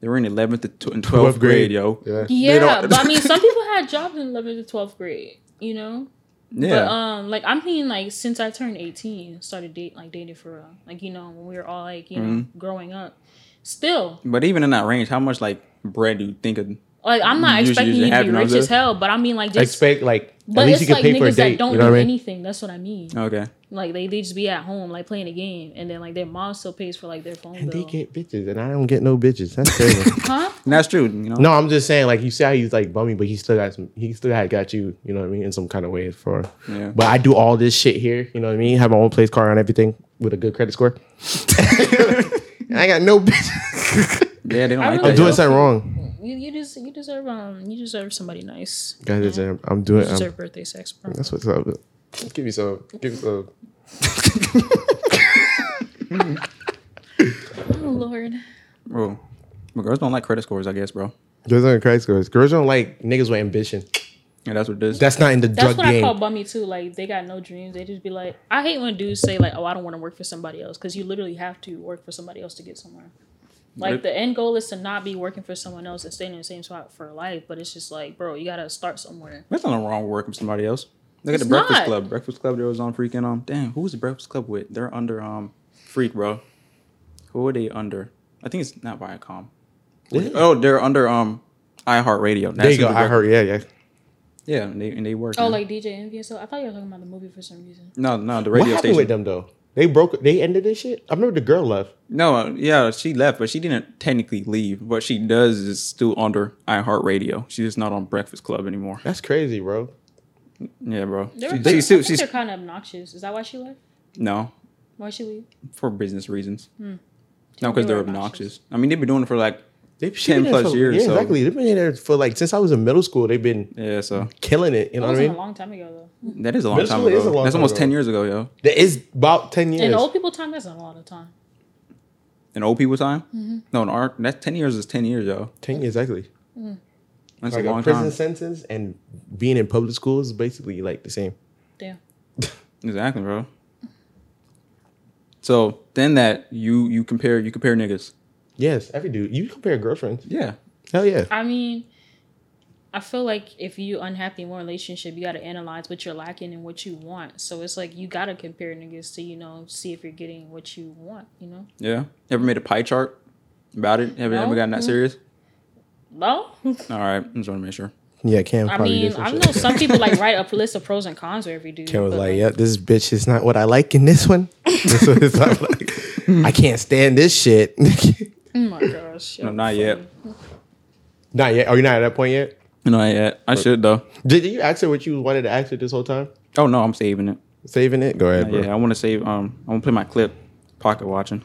S1: They were in eleventh to tw- and twelfth grade, yo.
S9: Yeah.
S3: Yeah,
S1: don't-
S3: but I mean, some people had jobs in eleventh to twelfth grade. You know,
S1: Yeah.
S3: But um, like I'm thinking, like since I turned 18, started date like dating for real. Like you know, when we were all like you know
S2: Mm-hmm.
S3: growing up. Still,
S1: but even in that range, how much like bread do you think of?
S3: like I'm not
S1: You should-
S3: expecting
S1: you should
S3: you
S1: have
S3: to
S1: it
S3: be
S1: on
S3: rich
S1: there.
S3: as hell, but I mean like just.
S2: expect like at
S3: but
S2: least
S3: it's
S2: you can
S3: like
S2: pay for a
S3: niggas
S2: date.
S3: that don't
S2: you know
S3: do
S2: what I mean?
S3: anything. That's what I mean.
S1: Okay.
S3: Like they, they just be at home like playing a game, and then like their mom still pays for like their phone
S2: And
S3: bill.
S2: they get bitches, and I don't get no bitches. That's crazy.
S3: huh?
S1: And that's true, you know.
S2: no, I'm just saying, like you say, how he's like bummy, but he still got some. He still had got you. You know what I mean? In some kind of way for.
S1: Yeah.
S2: But I do all this shit here. You know what I mean? Have my own place car and everything with a good credit score. and I got no bitches.
S1: Yeah, they don't
S3: I
S1: like
S3: really
S1: that.
S2: I'm doing something wrong.
S3: You, you just you deserve um you deserve somebody nice.
S2: Guys, it's, um, I'm doing.
S3: You
S2: I'm-
S3: deserve birthday sex, bro.
S2: that's what's up. Give me some. Give me some.
S3: Oh Lord,
S1: Bro. But girls don't like credit scores, I guess, bro.
S2: Girls don't like credit scores. Girls don't like niggas with ambition.
S1: Yeah, that's what it is.
S2: That's not in the
S3: that's
S2: drug
S3: what I
S2: game.
S3: call bummy too. Like they got no dreams. They just be like, I hate when dudes say like, oh, I don't want to work for somebody else because you literally have to work for somebody else to get somewhere. Like
S1: Yep.
S3: the end goal is to not be working for someone else and staying in the same spot for life. But it's just like, bro, you gotta start somewhere.
S1: There's nothing wrong with working with somebody else. Look at
S3: It's
S1: the Breakfast
S3: not.
S1: Club. Breakfast Club, there was on freaking um. Damn, who was the Breakfast Club with? They're under um Freak, bro. Who are they under? I think it's not Viacom. Oh, they're under um iHeartRadio.
S2: There you
S1: who
S2: go.
S1: the
S2: I
S1: Breakfast-
S2: heard. Yeah, yeah.
S1: Yeah, and they and they work.
S3: Oh,
S1: man.
S3: like DJ Envy and stuff. I thought you were talking about the movie for some reason.
S1: no, no, the
S2: What
S1: radio
S2: happened
S1: station.
S2: with them though? They broke. They ended this shit. I remember the girl left.
S1: No, uh, yeah, she left, but she didn't technically leave. What she does is still under iHeartRadio. She's just not on Breakfast Club anymore.
S2: That's crazy, bro.
S1: Yeah, bro.
S3: They
S1: She- she's
S3: were- I
S1: still
S3: think
S1: she's
S3: they're kind of obnoxious. Is that why she left?
S1: no
S3: Why she leave?
S1: for business reasons.
S3: Hmm.
S1: No, because
S3: They
S1: they're
S3: were
S1: obnoxious.
S3: obnoxious.
S1: I mean, they've been doing it for like
S2: They've
S1: 10 plus years,
S2: Yeah,
S1: so-
S2: exactly. They've been there for like since I was in middle school. They've been
S1: yeah. So
S2: killing it. You know what
S3: That
S2: I
S3: wasn't
S2: mean?
S3: a long time ago though.
S1: that is a long
S2: Middle
S1: time
S2: school
S1: ago.
S2: is a long
S1: That's
S2: time
S1: almost ten
S2: ago.
S1: years ago, yo.
S2: That is about ten years.
S3: In old people time, that's a lot of time.
S1: In old people time.
S3: Mm-hmm.
S1: No, in our that's ten years is ten years, yo.
S2: ten years exactly.
S1: That's
S2: Like
S1: a
S2: a,
S1: long
S2: prison
S1: time.
S2: sentence and being in public school is basically like the same.
S3: Damn.
S1: Exactly, bro. So then that you you compare you compare niggas.
S2: Yes, every dude. You compare girlfriends.
S1: Yeah.
S2: Hell yeah.
S3: I mean, I feel like if you unhappy in one relationship, you gotta analyze what you're lacking and what you want. So it's like you gotta compare niggas to you know see if you're getting what you want. You know,
S1: Yeah. Ever made a pie chart about it? Ever,
S3: No. Mm-hmm.
S1: ever gotten that serious?
S3: no.
S1: All right. I just want to make sure.
S2: Yeah, Cam.
S3: I
S2: probably did
S3: mean,
S2: some
S3: I
S2: shit.
S3: know some people like write up a list of pros and cons for every dude.
S2: Cam was
S3: but,
S2: like, "Yep, this bitch is not what I like in this one. This one is not what I like. I can't stand this shit."
S3: Oh my gosh.
S1: No, not yet.
S2: not yet. Are you not at that point yet?
S1: Not yet. I should, though.
S2: Did you ask her what you wanted to ask her this whole time?
S1: Oh, no. I'm saving it.
S2: Saving it. Go ahead, bro.
S1: Yeah. I want to save. Um, I want to play my clip pocket watching.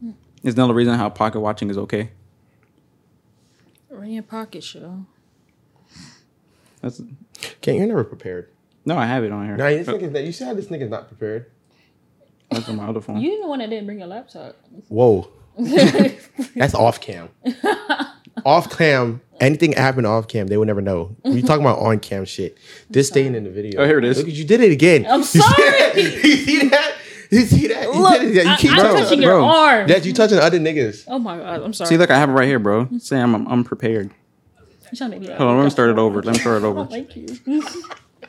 S3: Hmm.
S1: It's another reason how pocket watching is okay.
S3: Ring your pocket show.
S1: That's
S2: Can't you're never prepared.
S1: No, I have it on here.
S2: Nah, this nigga, you see how this nigga's not prepared.
S1: That's on my other phone.
S3: You didn't want to didn't bring your laptop.
S2: Whoa. That's off cam. off cam, anything that happened off cam, they would never know. We talking about on cam shit. This staying in the video.
S1: Oh, here it is.
S2: Look, at- you did it again.
S3: I'm
S2: You see that?
S3: sorry.
S2: you see that? You see that? You
S3: Look,
S2: did it again. You
S3: I,
S2: keep
S3: am
S2: bro,
S3: touching your
S1: bro.
S3: arm.
S2: That you touching other niggas.
S3: oh my god, I'm sorry.
S1: See, look, I have it right here, bro. Sam, I'm unprepared.
S3: You trying to make me
S1: Hold on, let me start it over. Let me start it
S3: I
S1: over.
S3: don't like you.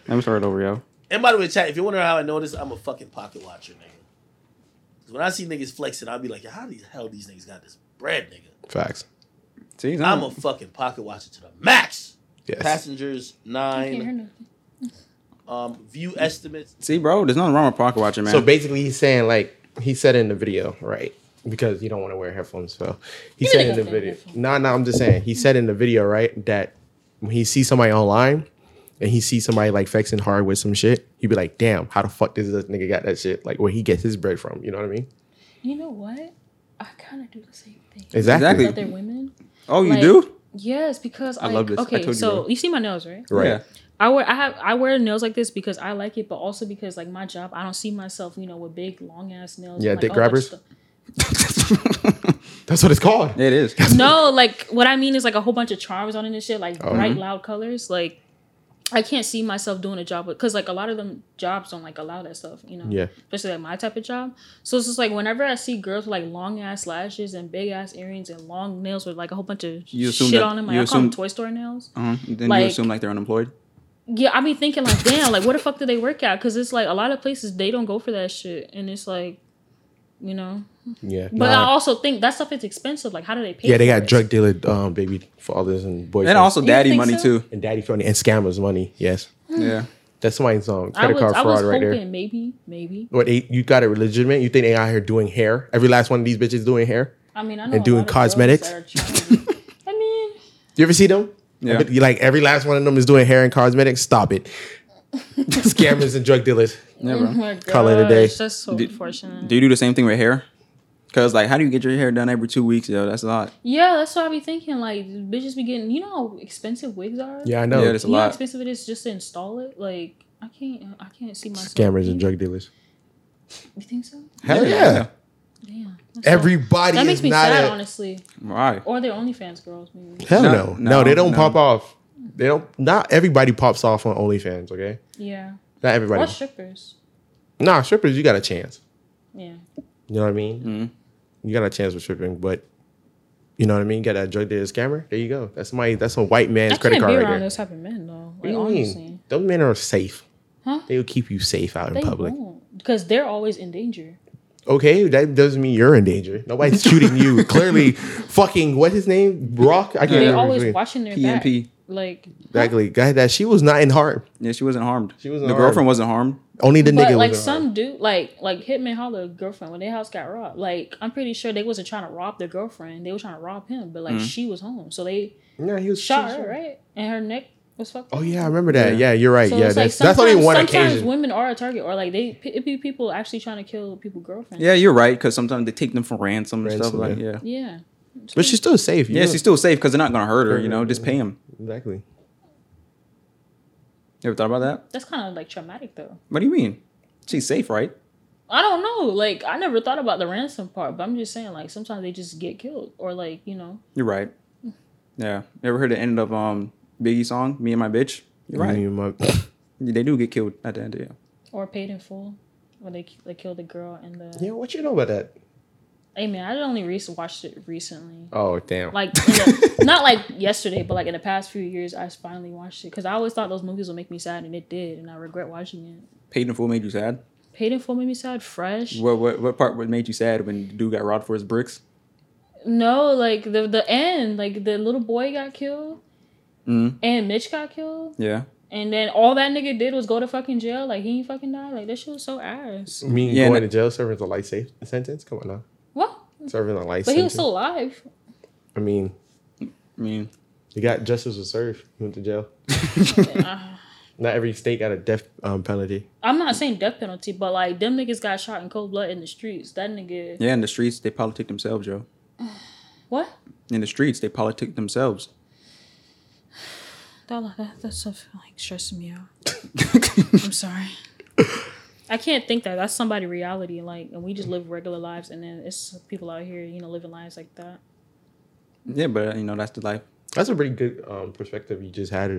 S1: Let me start it over, yo.
S10: And by the way, chat, if you're wondering how I know this, I'm a fucking pocket watcher, nigga. 'Cause When I see niggas flexing, I'll be like, how the hell these niggas got this bread, nigga?
S2: Facts.
S1: See,
S10: I'm a fucking pocket watcher to the max.
S2: Yes.
S10: Passengers
S3: I can't hear
S10: nine,
S3: nothing.
S10: um, view estimates.
S1: see, bro. There's nothing wrong with pocket watching, man.
S2: So basically, he's saying like he said in the video, right? Because you don't want to wear headphones, so he
S3: You
S2: said
S3: niggas
S2: in the
S3: wear
S2: video.
S3: headphones.
S2: No, no, I'm just saying. He said in the video, right, that when he sees somebody online and he sees somebody like flexing hard with some shit, he'd be like, "Damn, how the fuck does this nigga got that shit? Like where he gets his bread from? You know what I mean?
S3: You know what? I kind of do the same thing.
S2: Exactly.
S3: With
S1: Exactly.
S3: Other women.
S1: oh, you
S3: like,
S1: do?
S3: Yes, because like,
S1: love this. I
S3: Okay,
S1: told you,
S3: so
S1: bro.
S3: you see my nails, right?
S2: Right.
S1: Yeah.
S3: I wear I have I wear nails like this because I like it, but also because like my job, I don't see myself, you know, with big long ass nails.
S2: Yeah,
S3: I'm like,
S2: dick
S3: oh,
S2: grabbers?
S3: bunch of
S2: That's what it's called.
S1: It is.
S3: stuff. No, like what I mean is like a whole bunch of charms on it and shit, like
S1: Oh, mm-hmm.
S3: bright loud colors. Like I can't see myself doing a job because like a lot of them jobs don't like allow that stuff, you know.
S2: Yeah.
S3: Especially like my type of job. So it's just like whenever I see girls with like long ass lashes and big ass earrings and long nails with like a whole bunch of
S1: You assume
S3: shit
S1: that-
S3: on them, like
S1: you
S3: I call them
S1: assume-
S3: toy store nails.
S1: Uh-huh. Then you
S3: Like-
S1: assume like they're unemployed.
S3: Yeah, I be thinking like, damn, like where the fuck do they work at? Because it's like a lot of places they don't go for that shit, and it's like, you know.
S2: Yeah.
S3: But I
S2: Nah.
S3: also think that stuff is expensive. Like, how do they pay?
S2: yeah, they
S3: for
S2: got
S3: it?
S2: drug dealer um, baby fathers and boyfriends
S1: And also
S3: You
S1: daddy
S3: think
S1: money
S3: so? Mm.
S1: too.
S2: and daddy phony and scammers money. Yes,
S1: Yeah.
S2: that's somebody's um,
S3: I
S2: credit
S3: was,
S2: card
S3: I was
S2: fraud right
S3: hoping
S2: there.
S3: maybe, maybe.
S2: What they, you got it legitimate? You think they out here doing hair? Every last one of these bitches doing hair.
S3: I mean, I know
S2: And
S3: a
S2: doing
S3: lot of girls
S2: cosmetics?
S3: that are trying- I mean,
S2: You ever see them?
S1: Yeah.
S2: But you like every last one of them is doing hair and cosmetics. Stop it. Scammers and drug dealers.
S1: Yeah,
S3: oh
S1: bro.
S3: my gosh,
S2: Call it a day.
S3: That's so
S1: Do-
S3: unfortunate.
S1: Do you do the same thing with hair? Cause like, how do you get your hair done every two weeks? Yo, that's a lot.
S3: yeah, that's what I be thinking. Like, bitches be getting, you know, how expensive wigs are.
S2: Yeah, I know.
S1: Yeah, that's a
S3: You know how
S1: lot.
S3: expensive it is just to install it. Like, I can't, I can't see myself.
S2: Scammers
S3: doing-
S2: and drug dealers.
S3: You think so?
S2: Hell yeah.
S3: Damn. that's so-
S2: Everybody
S3: That makes
S2: is
S3: me
S2: not
S3: sad,
S2: a-
S3: honestly.
S1: Why?
S3: Or they're OnlyFans girls, maybe.
S2: Hell no.
S1: No,
S2: No,
S1: no,
S2: they don't
S1: no.
S2: pop off. They don't not everybody pops off on OnlyFans, okay?
S3: Yeah.
S2: Not everybody.
S3: Or strippers.
S2: nah, strippers, you got a chance.
S3: Yeah.
S2: You know what I mean?
S1: Mm-hmm.
S2: You got a chance with stripping, but you know what I mean? You got that drug dealer scammer. There you go. That's somebody that's a white man's
S3: I
S2: credit
S3: can't
S2: card
S3: be
S2: right
S3: around
S2: there.
S3: those type of men though.
S2: what do
S3: Like
S2: you
S3: honestly.
S2: mean? Those men are safe.
S3: Huh?
S2: They will keep you safe out in
S3: They
S2: public.
S3: won't. Because they're always in danger.
S2: Okay, that doesn't mean you're in danger. Nobody's shooting you. Clearly, fucking what's his name? Brock. I can't
S3: They're
S2: remember.
S3: always
S2: his name.
S3: watching their
S1: PMP.
S3: back. Like
S2: Exactly. Guy that she was not in harm.
S1: Yeah, she wasn't harmed. She
S2: wasn't
S1: The
S2: harmed.
S1: girlfriend wasn't harmed.
S2: Only the
S3: but
S2: nigga
S3: like
S2: was in harm.
S3: some dude like like Hitman Holler girlfriend when their house got robbed. Like I'm pretty sure they wasn't trying to rob their girlfriend. They were trying to rob him, but like she was home. So they
S2: Yeah, he was
S3: shot
S2: Mm-hmm. she was-
S3: her, right? And her neck was fucked
S2: Oh
S3: up.
S2: yeah, I remember that. Yeah, you're right.
S3: So
S2: yeah,
S3: it's like
S2: that's that's only
S3: sometimes-
S2: one
S3: sometimes
S2: occasion.
S3: women are a target, or like they it be people actually trying to kill people girlfriends.
S1: Yeah, you're right. Cause sometimes they take them for ransom, and
S2: Ransom,
S1: stuff like
S2: yeah.
S1: yeah.
S3: yeah.
S2: But she's still safe. you
S1: Yeah,
S2: know?
S1: she's still safe because they're not gonna hurt her. You know, just pay them.
S2: exactly.
S1: You ever thought about that?
S3: That's kind of like traumatic though.
S1: What do you mean? She's safe, right?
S3: I don't know. Like I never thought about the ransom part, but I'm just saying like sometimes they just get killed or like you know.
S1: You're right.
S3: Mm.
S1: Yeah. You ever heard the end of um Biggie song, "Me and My Bitch"? You're
S2: I
S1: right.
S2: mean, my-
S1: They do get killed at the end. Yeah.
S3: Or paid in full when they they killed the girl and the.
S2: yeah, what you know about that?
S3: Hey man, I only re- watched it recently.
S2: Oh damn.
S3: Like in the, not like yesterday, but like in the past few years, I finally watched it because I always thought those movies would make me sad, and it did, and I regret watching it.
S1: Paid in full made you sad.
S3: Paid in full made me sad. Fresh.
S1: What what what part what made you sad when the dude got robbed for his bricks?
S3: No, like the the end, like the little boy got killed,
S1: Mm.
S3: and Mitch got killed,
S1: Yeah.
S3: and then all that nigga did was go to fucking jail. Like he ain't fucking died. Like that shit was so ass.
S2: Me
S1: Yeah,
S2: going
S1: no-
S2: to jail serving a life safe sentence? Come on now.
S3: What?
S2: Serving a life
S3: Hmm. But he
S2: sentence.
S3: was still alive.
S2: I mean,
S1: I mean,
S2: you got justice was served. You went to jail. Not every state got a death um, penalty.
S3: I'm not saying death penalty, but like them niggas got shot in cold blood in the streets. That nigga.
S1: yeah, in the streets they politic themselves, Joe.
S3: What?
S1: In the streets they politic themselves.
S3: That, that that stuff like stressing me out. I'm sorry. I can't think that that's somebody reality, like, and we just live regular lives, and then it's people out here, you know, living lives like that.
S1: Yeah, but you know that's the life.
S2: That's a pretty good um, perspective you just had there.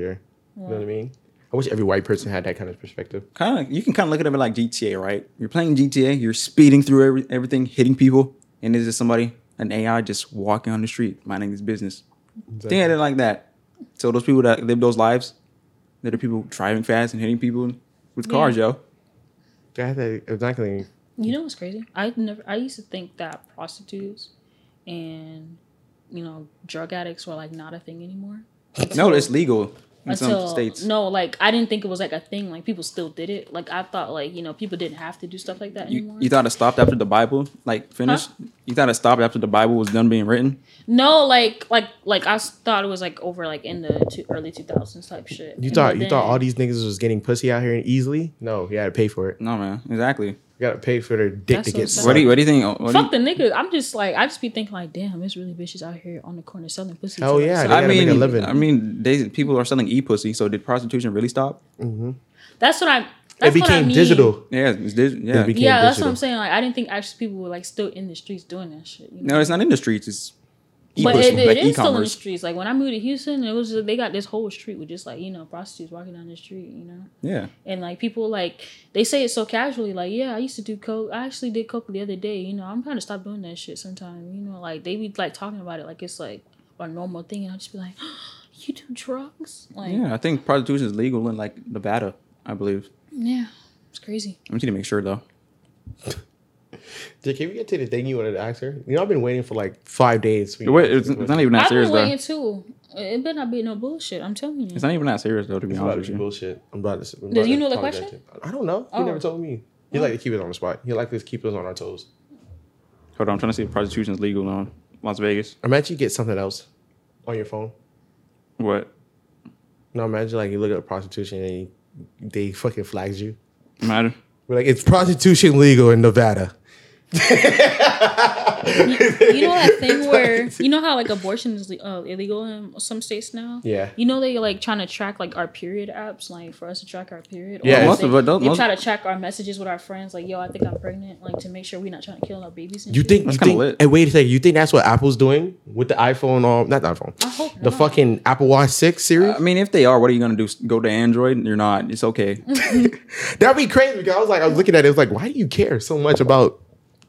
S2: You know what I mean? I wish every white person had that kind of perspective.
S1: Kind of, you can kind of look at it like GTA, right? You're playing GTA, you're speeding through every, everything, hitting people, and there's just somebody, an AI, just walking on the street, minding his business. Think at it like that. So those people that live those lives, they're the people driving fast and hitting people with cars, yo.
S2: That's exactly.
S3: You know what's crazy? I never. I used to think that prostitutes and you know drug addicts were like not a thing anymore.
S1: No, it's legal in
S3: Until
S1: some states.
S3: no, like I didn't think it was like a thing. Like people still did it. Like I thought, like you know, people didn't have to do stuff like that
S1: You,
S3: anymore.
S1: you thought it stopped after the Bible, like finished. You thought it stopped after the Bible was done being written.
S3: no, like like like I s- thought it was like over like in the two, early two thousands type shit.
S2: You
S3: And
S2: thought you
S3: then-
S2: thought all these niggas was getting pussy out here easily? No, you gotta pay for it. You
S1: No man, exactly.
S2: gotta pay for their dick
S3: That's
S2: to
S3: so
S2: get.
S3: sad.
S1: What do you
S2: sucked.
S1: What do you think? What do you-
S3: Fuck the niggas. I'm just like I just be thinking like, damn, there's really bitches out here on the corner selling pussy.
S2: Hell
S3: to
S2: yeah,
S3: us.
S2: they
S1: I
S2: gotta make a living.
S1: mean, I mean, they people are selling e pussy. So did prostitution really stop?
S3: that's what I.
S2: It
S3: That's what I
S2: became
S3: mean.
S2: digital.
S1: Yeah, it's dig- yeah.
S2: became
S3: Yeah, that's what
S2: digital.
S3: I'm saying. Like I didn't think actually people were like still in the streets doing that shit. You know?
S1: no, it's not in the streets. It's
S3: but
S1: e-pussy,
S3: it, it
S1: like
S3: is still in the
S1: e-commerce.
S3: streets. Like when I moved to Houston, it was just, they got this whole street with just like you know prostitutes walking down the street. You know.
S1: Yeah,
S3: And like people like they say it so casually, like, yeah, I used to do coke. I actually did coke the other day. You know, I'm trying to stop doing that shit sometime. You know, like they be like talking about it like it's like a normal thing, and I'll just be like, you do drugs? Like, yeah,
S1: yeah. I think prostitution is legal in like Nevada, I believe.
S3: it's crazy.
S1: I need to make sure though.
S2: Dick, can we get to the thing you wanted to ask her? You know, I've been waiting for like five days. for you.
S1: Wait, it's, it's not even that
S3: I've
S1: serious
S3: been
S1: though.
S3: waiting too. It better not be no bullshit. I'm telling you.
S1: It's not even that serious though, to be
S2: It's about
S1: honest
S2: to
S1: with
S2: be
S1: you.
S2: bullshit. I'm about to. I'm
S3: Do
S2: about
S3: you
S2: to
S3: know the
S2: apologize
S3: question?
S2: to him. I don't know. He
S3: Oh.
S2: never told me. He like to keep it on the spot. He like to keep us on our toes.
S1: Hold on, I'm trying to see if prostitution is legal in Las Vegas.
S2: Imagine you get something else on your phone.
S1: What?
S2: No, imagine like you look up prostitution and you, they fucking flags you.
S1: Matter?
S2: We're like, it's prostitution legal in Nevada.
S3: you know that thing where you know how like abortion is uh, illegal in some states now.
S2: Yeah.
S3: You know they like trying to track like our period apps, like for us to track our period.
S2: Yeah,
S3: Or
S2: most
S3: they,
S1: of it don't-
S3: They
S1: most-
S3: try to track our messages with our friends, like yo, I think I'm pregnant, like to make sure we're not trying to kill our babies. And
S2: You
S3: shit.
S2: think?
S1: That's
S2: you
S1: kinda
S2: think
S1: lit.
S2: Hey, wait a second. You think that's what Apple's doing with the iPhone? Or not the iPhone?
S3: I hope
S2: the
S3: not. Um,
S2: fucking Apple Watch Six series.
S1: I mean, if they are, what are you gonna do? S- Go to Android? You're not. It's okay.
S2: That'd be crazy because I was like, I was looking at it. It's like, why do you care so much about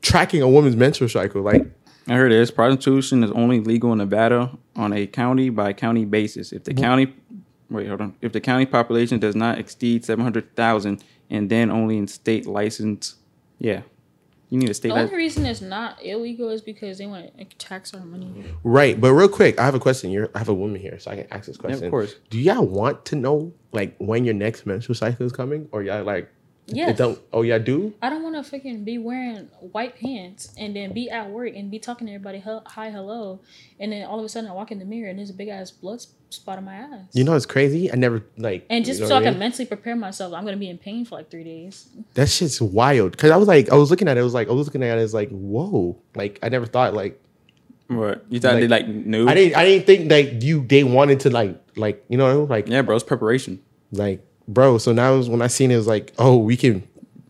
S2: tracking a woman's menstrual cycle? Like,
S1: I heard it is prostitution is only legal in Nevada on a county by county basis. If the county, wait, hold on. If the county population does not exceed seven hundred thousand, and then only in state license, yeah, you need a state
S3: The only
S1: license.
S3: reason it's not illegal is because they want to tax our
S2: Mm-hmm.
S3: money.
S2: right? But real quick, I have a question. You're, I have a woman here, so I can ask this question.
S1: course.
S2: Do y'all want to know like when your next menstrual cycle is coming, or y'all like
S3: Yes.
S2: it don't? Oh, y'all do.
S3: I don't want to fucking be wearing white pants and then be at work and be talking to everybody hel- hi hello, and then all of a sudden I walk in the mirror and there's a big ass blood sp- spot on my ass.
S2: You know, it's crazy. I never like
S3: And just
S2: you know
S3: so
S2: what
S3: I
S2: I
S3: can
S2: mean?
S3: mentally prepare myself, I'm gonna be in pain for like three days.
S2: That shit's wild. Cause I was like, I was looking at it. I was like, I was looking at it. It's like, whoa. Like I never thought. Like
S1: What you thought they like knew?
S2: I didn't. I didn't think like you. They wanted to like, like you know, like,
S1: Yeah, bro, it's preparation.
S2: like, bro. So now is when I seen it, it was like, oh, we can,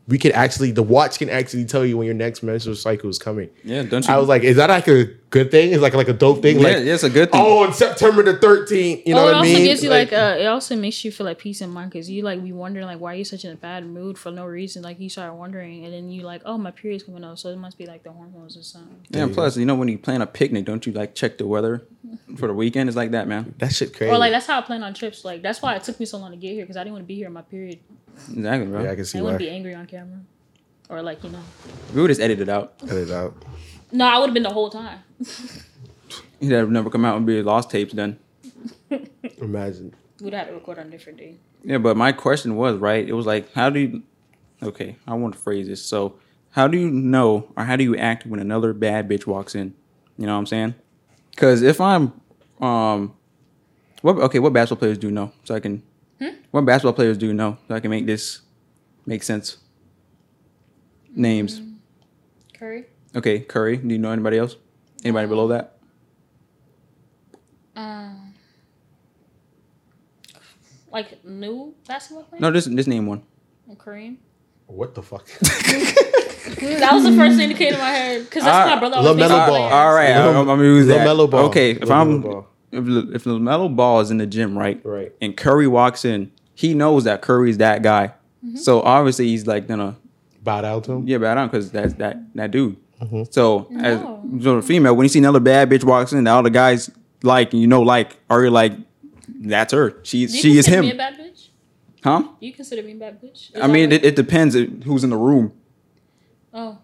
S2: we can actually. The watch can actually tell you when your next menstrual cycle is coming.
S1: Yeah, don't you?
S2: I was like, is that like a good thing? Is like like a dope thing?
S1: yeah,
S2: like,
S1: yeah, it's a good thing.
S2: oh, on September the thirteenth. You know
S3: oh, it
S2: what I
S3: also
S2: mean?
S3: gives you like, uh, it also makes you feel like peace in mind because you like be wondering like why are you such in a bad mood for no reason. Like you start wondering and then you like oh my period's coming up so it must be like the hormones or something.
S1: yeah, and plus, you know, when you plan a picnic, don't you like check the weather for the weekend? It's like that, man.
S2: that shit crazy.
S3: Or like that's how I plan on trips. Like that's why it took me so long to get here because I didn't want to be here on my period.
S1: Exactly, bro.
S2: yeah, I can see
S3: I wouldn't be
S2: why.
S3: angry on camera or like you know.
S1: we would just edit it out.
S2: Cut it out.
S3: No, I would have been the whole time.
S1: He'd have never come out and be lost tapes done.
S2: Imagine.
S3: We'd have to record on a different day.
S1: Yeah, but my question was right. It was like, how do you? Okay, I want to phrase this. So, how do you know, or how do you act when another bad bitch walks in? You know what I'm saying? Because if I'm, um, what? Okay, what basketball players do you know? So I can, what basketball players do you know? So I can make this make sense. Names.
S3: Curry.
S1: Okay, Curry. Do you know anybody else? Anybody below that?
S3: Um. Like new basketball player.
S1: No, just just name one.
S3: Kareem.
S2: What the fuck?
S3: That was the first thing that came to my head because that's my brother. always
S2: LaMelo
S3: makes me
S2: Ball.
S3: laugh.
S1: All right,
S2: Lam-
S1: I'm, I'm gonna use that.
S2: LaMelo Ball.
S1: Okay, if
S2: LaMelo
S1: I'm
S2: Ball.
S1: if if Lamelo Ball is in the gym, right?
S2: Right.
S1: And Curry walks in, he knows that Curry's that guy.
S3: Mm-hmm.
S1: So obviously he's like gonna
S2: Bad out to him.
S1: yeah, bad on because that's that that dude.
S2: Mm-hmm.
S1: So as so the female, when you see another bad bitch walks in, all the guys like you know like are you like that's her. She
S3: Do you
S1: she is
S3: consider Me a
S1: him,
S3: bad bitch?
S1: huh?
S3: You consider me a bad bitch? Is
S1: I
S3: that
S1: mean,
S3: like-
S1: it, it depends it- who's in the room.
S3: oh,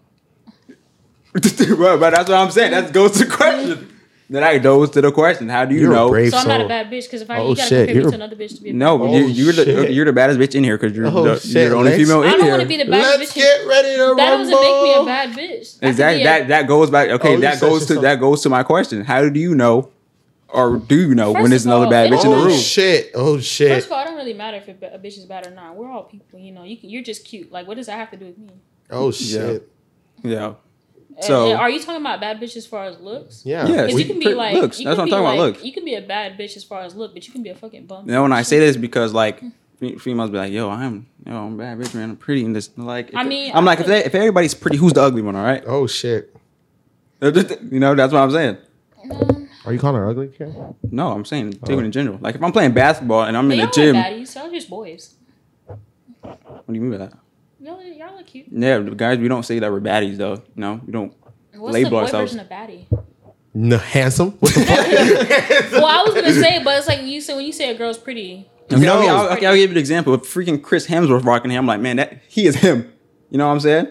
S1: but, but that's what I'm saying. That goes to the question. Then I goes to the question. How do you
S2: You're a
S1: know?
S2: brave
S3: so I'm not a
S2: So-
S3: bad bitch because if I
S2: Oh,
S3: you gotta
S2: shit,
S3: compare me
S2: you're-
S3: to another bitch to be a
S1: No,
S3: bad
S1: you, you're
S2: Oh, shit.
S1: the you're the baddest bitch in here because you're,
S2: Oh,
S1: the,
S2: shit,
S1: you're the only
S2: Lex.
S1: female
S3: bitch. I
S1: in
S3: don't
S1: here.
S3: want to be the bad bitch.
S2: ready to
S3: that doesn't make me a bad bitch. I could
S1: exactly.
S3: be a-
S1: That that goes back. Okay,
S2: Oh, you
S1: that
S2: said
S1: goes to
S2: yourself.
S1: that goes to my question. How do you know, or do you know when
S3: First
S1: there's
S3: of
S1: another
S3: all,
S1: bad bitch in the
S3: it's-
S2: Oh
S1: room?
S2: shit! Oh
S3: First
S2: shit!
S3: of all, it don't really matter if a b- a bitch is bad or not. We're all people, you know. You can, you're just cute. Like, what does that have to do with me?
S2: Oh shit!
S1: Yeah.
S3: And-
S1: So-
S3: and are you talking about bad bitch as far as looks?
S2: Yeah.
S1: Yeah.
S3: Because
S1: we-
S3: you can be
S1: per-
S3: like
S1: looks.
S3: you
S1: That's
S3: can
S1: what I'm talking
S3: be
S1: about,
S3: like-
S1: looks.
S3: You can be a bad bitch as far as look, but you can be a fucking bum.
S1: You know, when I say this because like
S3: Mm-hmm.
S1: fe- females be like, "Yo, I'm yo, I'm a bad bitch, man. I'm pretty." And this like,
S3: I mean,
S1: I'm
S3: I
S1: like, if,
S3: could-
S1: they, if everybody's pretty, who's the ugly one? All right.
S2: Oh shit!
S1: You know, that's what I'm saying.
S2: Are you calling her ugly, Karen?
S1: No, I'm saying take it in general. Like if I'm playing basketball and I'm
S3: But
S1: in the
S3: y'all
S1: gym,
S3: are baddies. Y'all just boys.
S1: what do you mean by that?
S3: Y'all, y'all look cute.
S1: Yeah, guys, we don't say that we're baddies though. No, we don't.
S3: What's
S1: Label
S3: the boy
S1: ourselves.
S3: version of baddie?
S2: No, handsome. What the fuck?
S3: well, I was gonna say, but it's like you say when you say a girl's pretty.
S1: Okay, I'll, I'll,
S3: No.
S1: okay, I'll give you an example. If freaking Chris Hemsworth rocking him, I'm like, man, that he is him. You know what I'm saying?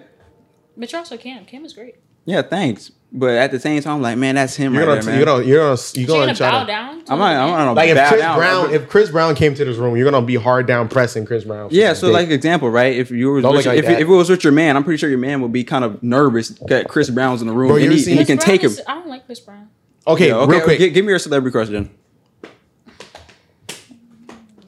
S3: But you're also Cam. Cam is great.
S1: Yeah, thanks. But at the same time, I'm like, man, that's him
S2: You're
S1: right
S2: gonna,
S1: there, man.
S2: you're gonna, you're gonna, you're
S3: You're
S2: gonna
S3: gonna
S2: try
S3: bow
S2: to.
S3: down. to
S1: I'm
S3: a
S1: not.
S3: man?
S1: I'm not
S2: Like if
S1: bow
S2: Chris
S1: down.
S2: Brown, if Chris Brown came to this room, you're gonna be hard down pressing Chris Brown. for
S1: yeah,
S2: his
S1: so
S2: dick.
S1: like example, right? If you were
S2: Don't
S1: with,
S2: look like
S1: if, if
S2: that.
S1: it was with your man, I'm pretty sure your man would be kind of nervous that Chris Brown's in the room
S2: Bro, you
S1: and,
S2: ever
S1: he,
S2: seen-
S1: and he
S3: Chris
S1: can
S3: Brown
S1: take him.
S3: is- I don't like Chris Brown.
S2: okay,
S1: Yeah, okay,
S2: real quick,
S1: gi- give me your celebrity question.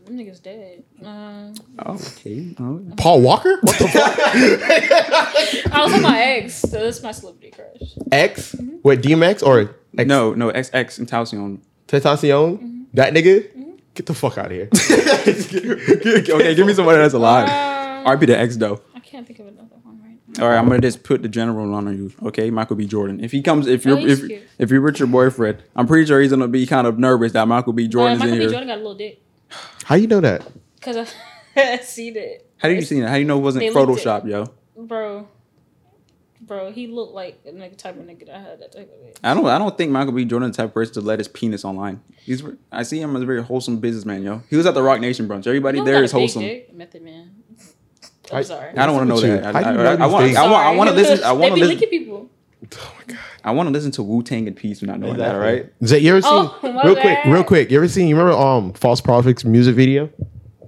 S3: Them niggas dead. Um,
S1: Oh, Okay.
S2: Paul Walker, what the fuck?
S3: I was on my ex, so that's my celebrity crush.
S2: X with DMX or X
S1: No, Mm-hmm. no, XX and Tausion.
S2: Tentacion? That nigga, get the fuck out of here.
S1: okay, give me somebody that's alive.
S3: Um,
S1: I'd be the X though.
S3: I can't think of another one right now.
S1: All right, I'm gonna just put the general on you. Okay, Michael B. Jordan. If he comes, if you're
S3: Oh, he's
S1: if,
S3: cute.
S1: if you're with your boyfriend, I'm pretty sure he's gonna be kind of nervous that Michael B.
S3: Uh,
S1: Jordan's
S3: Michael
S1: in
S3: B.
S1: here.
S3: Jordan got a little dick
S2: How you know that?
S3: because I seen it,
S1: How do you see that? How do you know it wasn't
S3: They leaked it.
S1: Photoshop, yo?
S3: bro. Bro, he looked like a nigga type of nigga that had that type of it.
S1: I don't. I don't think Michael B. Jordan the type of person to let his penis online. He's. I see him as a very wholesome businessman, yo. He was at the Rock Nation brunch. Everybody
S3: He
S1: there
S3: got
S1: is
S3: a big
S1: wholesome.
S3: dick, Method man.
S2: I-
S3: I'm sorry.
S1: I don't want to know
S2: What's
S1: that.
S2: up with
S1: I,
S2: you? How do you
S1: I, I,
S2: know
S1: want.
S2: these
S1: I
S2: days?
S1: want. I want to
S3: Sorry.
S1: listen. I want
S3: They
S1: to
S3: be
S1: listen.
S3: leaking people.
S2: Oh my god.
S1: I want to listen to Wu Tang in peace. When I know that, all
S2: Exactly.
S1: right?
S2: Is that you ever seen?
S3: Oh, my
S2: real quick,
S3: bad.
S2: real quick. You ever seen? You remember um False Prophets music video?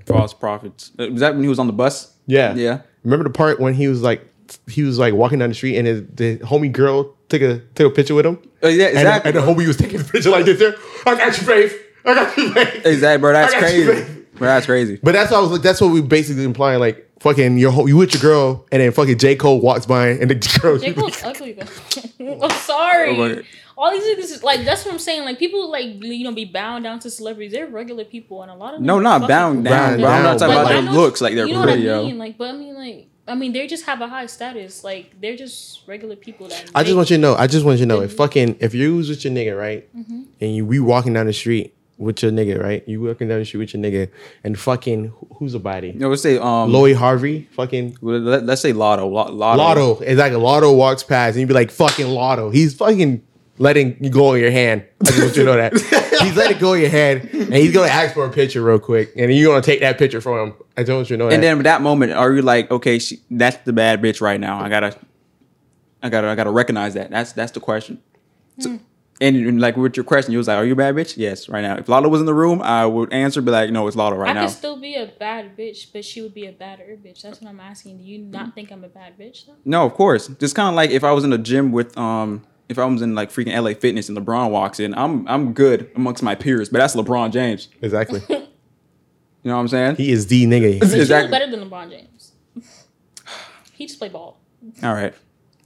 S1: False prophets. Uh, Was that when he was on the bus?
S2: Yeah.
S1: Yeah.
S2: Remember the part when he was like, he was like walking down the street and his, the homie girl took a took a picture with him.
S1: Uh, yeah,
S2: And-
S1: exactly.
S2: And, the homie was taking a picture like this. There, I got you, babe. I got you, babe.
S1: Exactly, bro. That's
S2: I got you,
S1: crazy.
S2: babe.
S1: Bro, that's crazy.
S2: But that's what I was. That's what we basically implying. Like fucking your ho- you with your girl, and then fucking J Cole walks by and the girl.
S3: J. Cole's ugly though. I'm sorry.
S1: Oh, wait.
S3: All these niggas is like that's what I'm saying. Like people like you know be bound down to celebrities. They're regular people, and a lot of them
S1: No,
S3: are
S1: not
S3: fucking
S1: bound
S3: cool.
S1: down.
S2: Bound
S1: But I'm
S2: down,
S1: not talking
S2: but
S1: about
S3: I
S1: their
S3: know-
S1: looks like they're
S3: you know what I
S1: really yo.
S3: mean. Like, but I mean, like, I mean, they just have a high status. Like, they're just regular people. That
S2: I just want you to know. I just want you to know. If fucking if you was with your nigga, right,
S3: Mm-hmm.
S2: and you we walking down the street with your nigga, right, you walking down the street with your nigga, and fucking who- who's a body?
S1: No, let's say um.
S2: Lloyd Harvey, fucking
S1: well, Let, us say Lotto. Lo- Lotto.
S2: Lotto. It's like a Lotto walks past, and you be like, fucking Lotto. He's fucking letting you go in your hand. I just want you to know that he's letting go in your hand, and he's gonna ask for a picture real quick, and you're gonna take that picture from him. I just want you to know that.
S1: And then at that moment, are you like, okay, she, that's the bad bitch right now. I gotta, I gotta, I gotta recognize that. That's that's the question. So-
S3: Hmm.
S1: and, and like with your question, you was like, are you a bad bitch? Yes, right now. If Lotto was in the room, I would answer, be like, no, it's Lotto right
S3: I
S1: now.
S3: could still be a bad bitch, but she would be a badder bitch. That's what I'm asking. Do you not think I'm a bad bitch? Though?
S1: No, of course. Just kind of like if I was in a gym with um. If I was in like freaking LA Fitness and LeBron walks in, I'm I'm good amongst my peers, but that's LeBron James.
S2: exactly,
S1: You know what I'm saying?
S2: he is the nigga.
S3: But
S1: Exactly.
S3: She was better than LeBron James. he just played ball.
S1: All right.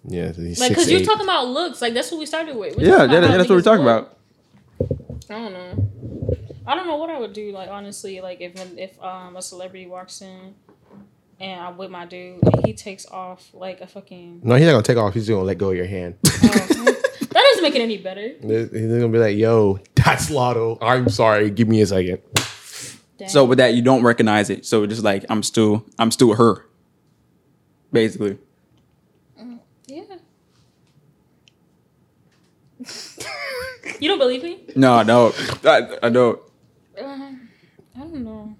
S2: yeah, he's six,
S3: Like, because you're
S2: eight.
S3: talking about looks. Like, that's what we started with. We're
S1: Yeah,
S3: talking
S1: yeah,
S3: about how
S1: that's what we're
S3: niggas
S1: talking
S3: look.
S1: about.
S3: I don't know. I don't know what I would do. Like honestly, like if if um a celebrity walks in, and I'm with my dude, and he takes off like a fucking.
S2: No, he's not gonna take off. He's just gonna let go of your hand.
S3: That doesn't make it any better.
S2: he's gonna be like, "Yo, that's Lotto. I'm sorry. Give me a second.
S1: So with that, you don't recognize it. So it's just like I'm still, I'm still her. Basically,
S3: Yeah. you don't believe me?
S1: no, I don't. I, I don't
S3: Um, I don't know.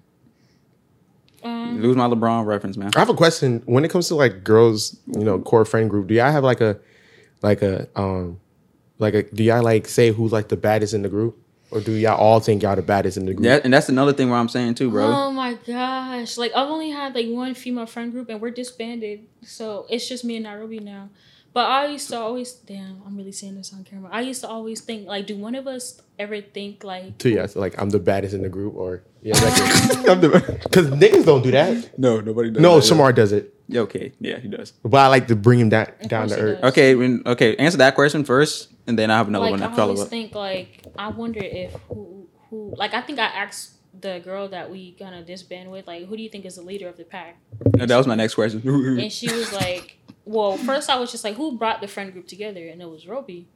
S3: Um,
S1: lose my LeBron reference, man.
S2: I have a question. When it comes to like girls, you know, core friend group, do y'all have like a, like a, um, like a, do y'all like say who's like the baddest in the group, or do y'all all think y'all the baddest in the group?
S1: That, and that's another thing where I'm saying too, bro.
S3: Oh my gosh! Like I've only had like one female friend group, and we're disbanded, so it's just me and Nairobi now. But I used to always, damn, I'm really saying this on camera. I used to always think like, do one of us ever think like,
S2: To y'all, so, like I'm the baddest in the group, or yeah, like, I'm the because niggas don't do that.
S1: no, nobody. Does
S2: No,
S1: that.
S2: Shamar does it,
S1: Yeah, Okay, yeah, he does.
S2: but I like to bring him down down
S3: course
S2: to
S3: he
S2: earth.
S3: does.
S1: Okay, when, okay, answer that question first, and then I have another
S3: like
S1: one
S3: I
S1: to follow
S3: always
S1: up.
S3: think like, I wonder if who who like I think I asked the girl that we gonna disband with like, who do you think is the leader of the pack?
S1: No, that was my next question.
S3: and she was like, "Well, first I was just like, who brought the friend group together?" And it was Roby.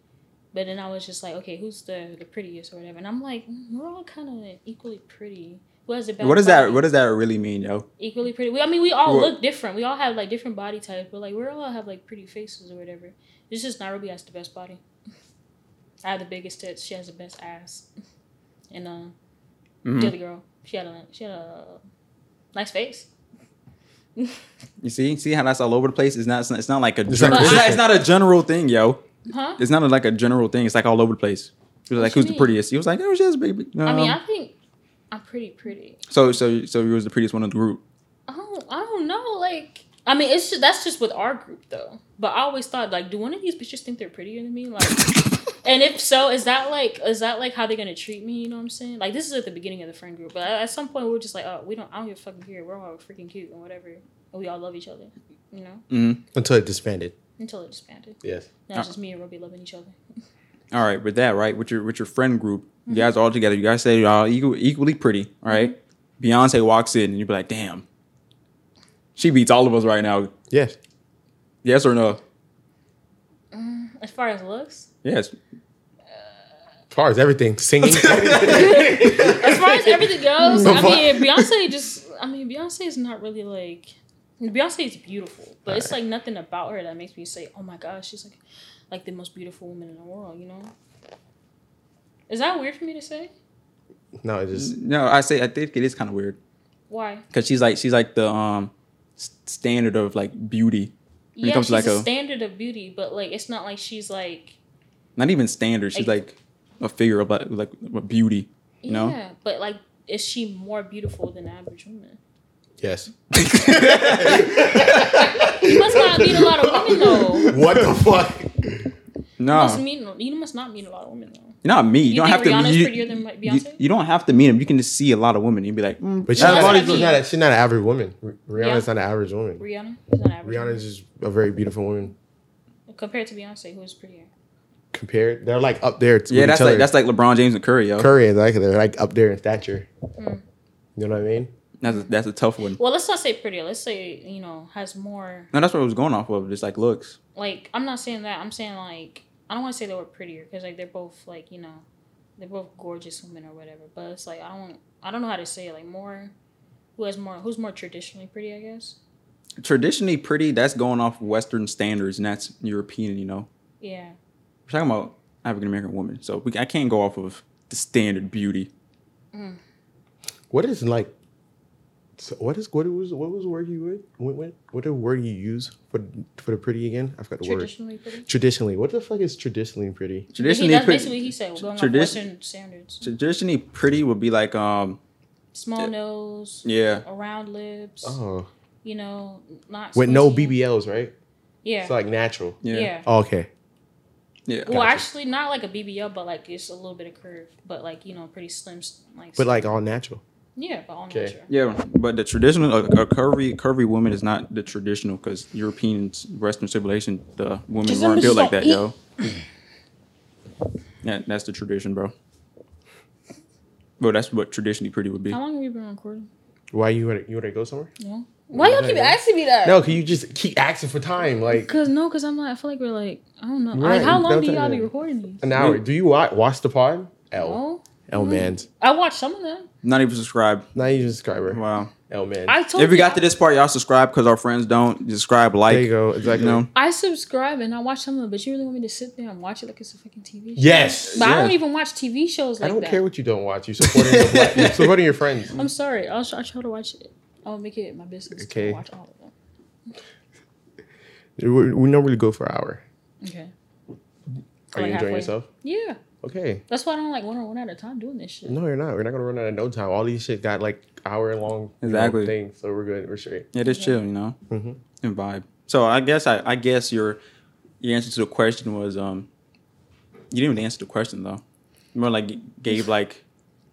S3: But then I was just like, "Okay, who's the the prettiest or whatever?" And I'm like, "Mm, "We're all kind of equally pretty. Who has the best?"
S1: what does that?
S3: body?
S1: What does that really mean, yo?
S3: equally pretty? We, I mean, we all
S1: What-
S3: look different. We all have like different body types, but like we all have like pretty faces or whatever. It's just Nairobi has the best body. I have the biggest tits. She has the best ass. And uh,
S1: Mm-hmm.
S3: the other girl, she had a she had a nice face.
S1: You see, see how that's all over the place. It's not. It's not, it's not like a. gen- It's,
S2: not
S1: not,
S2: consistent.
S1: it's not a general thing, yo.
S3: Huh?
S1: It's not like a general thing. It's like all over the place. He was like,
S3: you
S1: "Who's the
S3: mean?
S1: prettiest?" He was like, "Oh, she has a baby."
S3: I mean,
S1: Um,
S3: I think I'm pretty pretty.
S1: so, so, so he was the prettiest one in the group.
S3: I don't, Oh, I don't know. Like, I mean, it's just, that's just with our group though. But I always thought, like, do one of these bitches think they're prettier than me? Like, and if so, is that like, is that like how they're gonna treat me? You know what I'm saying? Like, this is at the beginning of the friend group, but at, at some point we are just like, oh, we don't, I don't give a fucking care. We're all freaking cute and whatever, and we all love each other, you know?
S2: until it disbanded.
S3: Until it disbanded.
S2: Yes.
S3: Now it's just me and Ruby loving each other.
S1: All right, with that, right, with your with your friend group,
S3: Mm-hmm.
S1: you guys all together. You guys say y'all equal, equally pretty, all right?
S3: Mm-hmm.
S1: Beyonce walks in, and you be like, "Damn, she beats all of us right now."
S2: Yes.
S1: Yes or no?
S3: As far as looks,
S1: Yes.
S2: As far as everything, singing.
S3: as far as everything goes, I
S2: But-
S3: mean, Beyonce just, I mean, Beyonce is not really like, Beyonce is beautiful, but it's like nothing about her that makes me say, oh my gosh, she's like, like the most beautiful woman in the world, you know? Is that weird for me to say?
S2: no, it just
S1: No, I say I think it is kind of weird
S3: Why?
S1: because she's like she's like the um s- standard of like beauty when
S3: yeah,
S1: it comes
S3: she's
S1: to like
S3: a,
S1: a
S3: standard of beauty, but like, it's not like she's like,
S1: not even standard. She's like a figure of like, like beauty.
S3: yeah,
S1: You know?
S3: but like, is she more beautiful than the average woman?
S2: yes.
S3: You must not meet a lot of women though. You
S2: What the fuck?
S1: No,
S3: must meet, you must not meet a lot of women though.
S1: not me. You,
S3: You
S1: don't have
S3: think
S1: to.
S3: Rihanna's
S1: you,
S3: prettier than
S1: you-
S3: Beyonce?
S1: you don't have to meet him. You can just see a lot of women and be like, mm,
S2: But she's
S1: that
S3: that's
S2: not,
S3: what I
S2: she's,
S3: mean.
S2: not a, she's not an average woman. R- Rihanna's
S3: Yeah.
S2: not an average woman.
S3: Rihanna is not average.
S2: Rihanna's just a very beautiful woman.
S3: compared to Beyonce, who is prettier.
S2: Compared, they're like up there. To
S1: Yeah,
S2: with
S1: that's
S2: each
S1: like
S2: other.
S1: that's like LeBron James and Curry, yo.
S2: Curry is like they're like up there in stature.
S3: Mm.
S2: You know what I mean?
S1: That's a, that's a tough one.
S3: Well, let's not say prettier. Let's say you know has more.
S1: No, that's what I was going off of. Just like looks.
S3: Like I'm not saying that. I'm saying like I don't want to say they were prettier because like they're both like you know they're both gorgeous women or whatever. But it's like I don't I don't know how to say it. Like more who has more who's more traditionally pretty I guess.
S1: Traditionally pretty. That's going off Western standards, and that's European. You know,
S3: Yeah.
S1: we're talking about African American women, so we, I can't go off of the standard beauty.
S2: What is like? So what is what was what was the word you would went with? What the word you use for for the pretty again? I forgot the word.
S3: Traditionally pretty.
S2: Traditionally, what the fuck is traditionally pretty?
S3: He,
S1: Traditionally,
S3: that's
S1: pretty,
S3: basically what he said. We're going
S1: Tradition-
S3: off Western standards.
S1: traditionally pretty would be like um
S3: Small nose.
S1: yeah
S3: Around lips.
S2: Oh,
S3: You know, not
S2: with no
S3: skinny.
S2: BBLs, right?
S3: Yeah.
S2: It's like natural.
S1: yeah yeah.
S3: yeah.
S2: Oh, okay.
S3: Well,
S2: Gotcha.
S3: actually, not like a BBL, but like it's a little bit of curve, but like you know, pretty slim, s- like.
S2: But like all natural.
S3: yeah, but on
S2: Okay.
S3: natural.
S1: Yeah, but the traditional a, a curvy curvy woman is not the traditional because Europeans Western civilization the women
S3: Just
S1: weren't built like
S3: don't
S1: that, yo.
S3: eat.
S1: Yeah, that's the tradition, bro. Bro, that's what traditionally pretty would be.
S3: How long have you been recording?
S2: Why you want to you want to go somewhere?
S3: No, Why y'all keep asking me that?
S2: No, can you just keep asking for time? Like
S3: Cause no, cause I'm like I feel like we're like I don't know.
S2: Right,
S3: Like how long
S2: don't
S3: do
S2: tell
S3: y'all
S2: me
S3: be
S2: that.
S3: recording these?
S2: an hour. Do you watch, watch the pod? L.
S3: No.
S2: L man's.
S3: I watched some of them.
S1: Not even subscribed.
S2: Not even subscriber.
S1: Wow.
S2: L man.
S3: I told
S1: If you got
S3: y'all-
S1: to this part, y'all subscribe because our friends don't. Subscribe, like.
S2: There you go. Exactly.
S1: You know?
S3: I subscribe and I watch some of them, but you really want me to sit there and watch it like it's a fucking TV show?
S2: Yes.
S3: But I don't
S2: Yes.
S3: even watch TV shows
S2: I
S3: like
S2: don't
S3: that.
S2: care what you don't watch. You're supporting your black, you're supporting your friends.
S3: I'm sorry. I'll, I'll try to watch it. I'll make it my business
S2: Okay.
S3: to watch all of them.
S2: We we normally go for an hour. Are
S3: Okay.
S2: you
S3: Oh, Like
S2: enjoying
S3: halfway.
S2: yourself?
S3: Yeah.
S2: Okay.
S3: That's why I don't like one on one at a time doing this shit.
S2: No, you're not. We're not gonna run out of no time. All these shit got like hour long
S1: Exactly.
S2: thing, so we're good. We're straight.
S1: It is chill, you know,
S2: Mm-hmm.
S1: and vibe. So I guess I, I guess your your answer to the question was um, you didn't even answer the question though. You more like gave like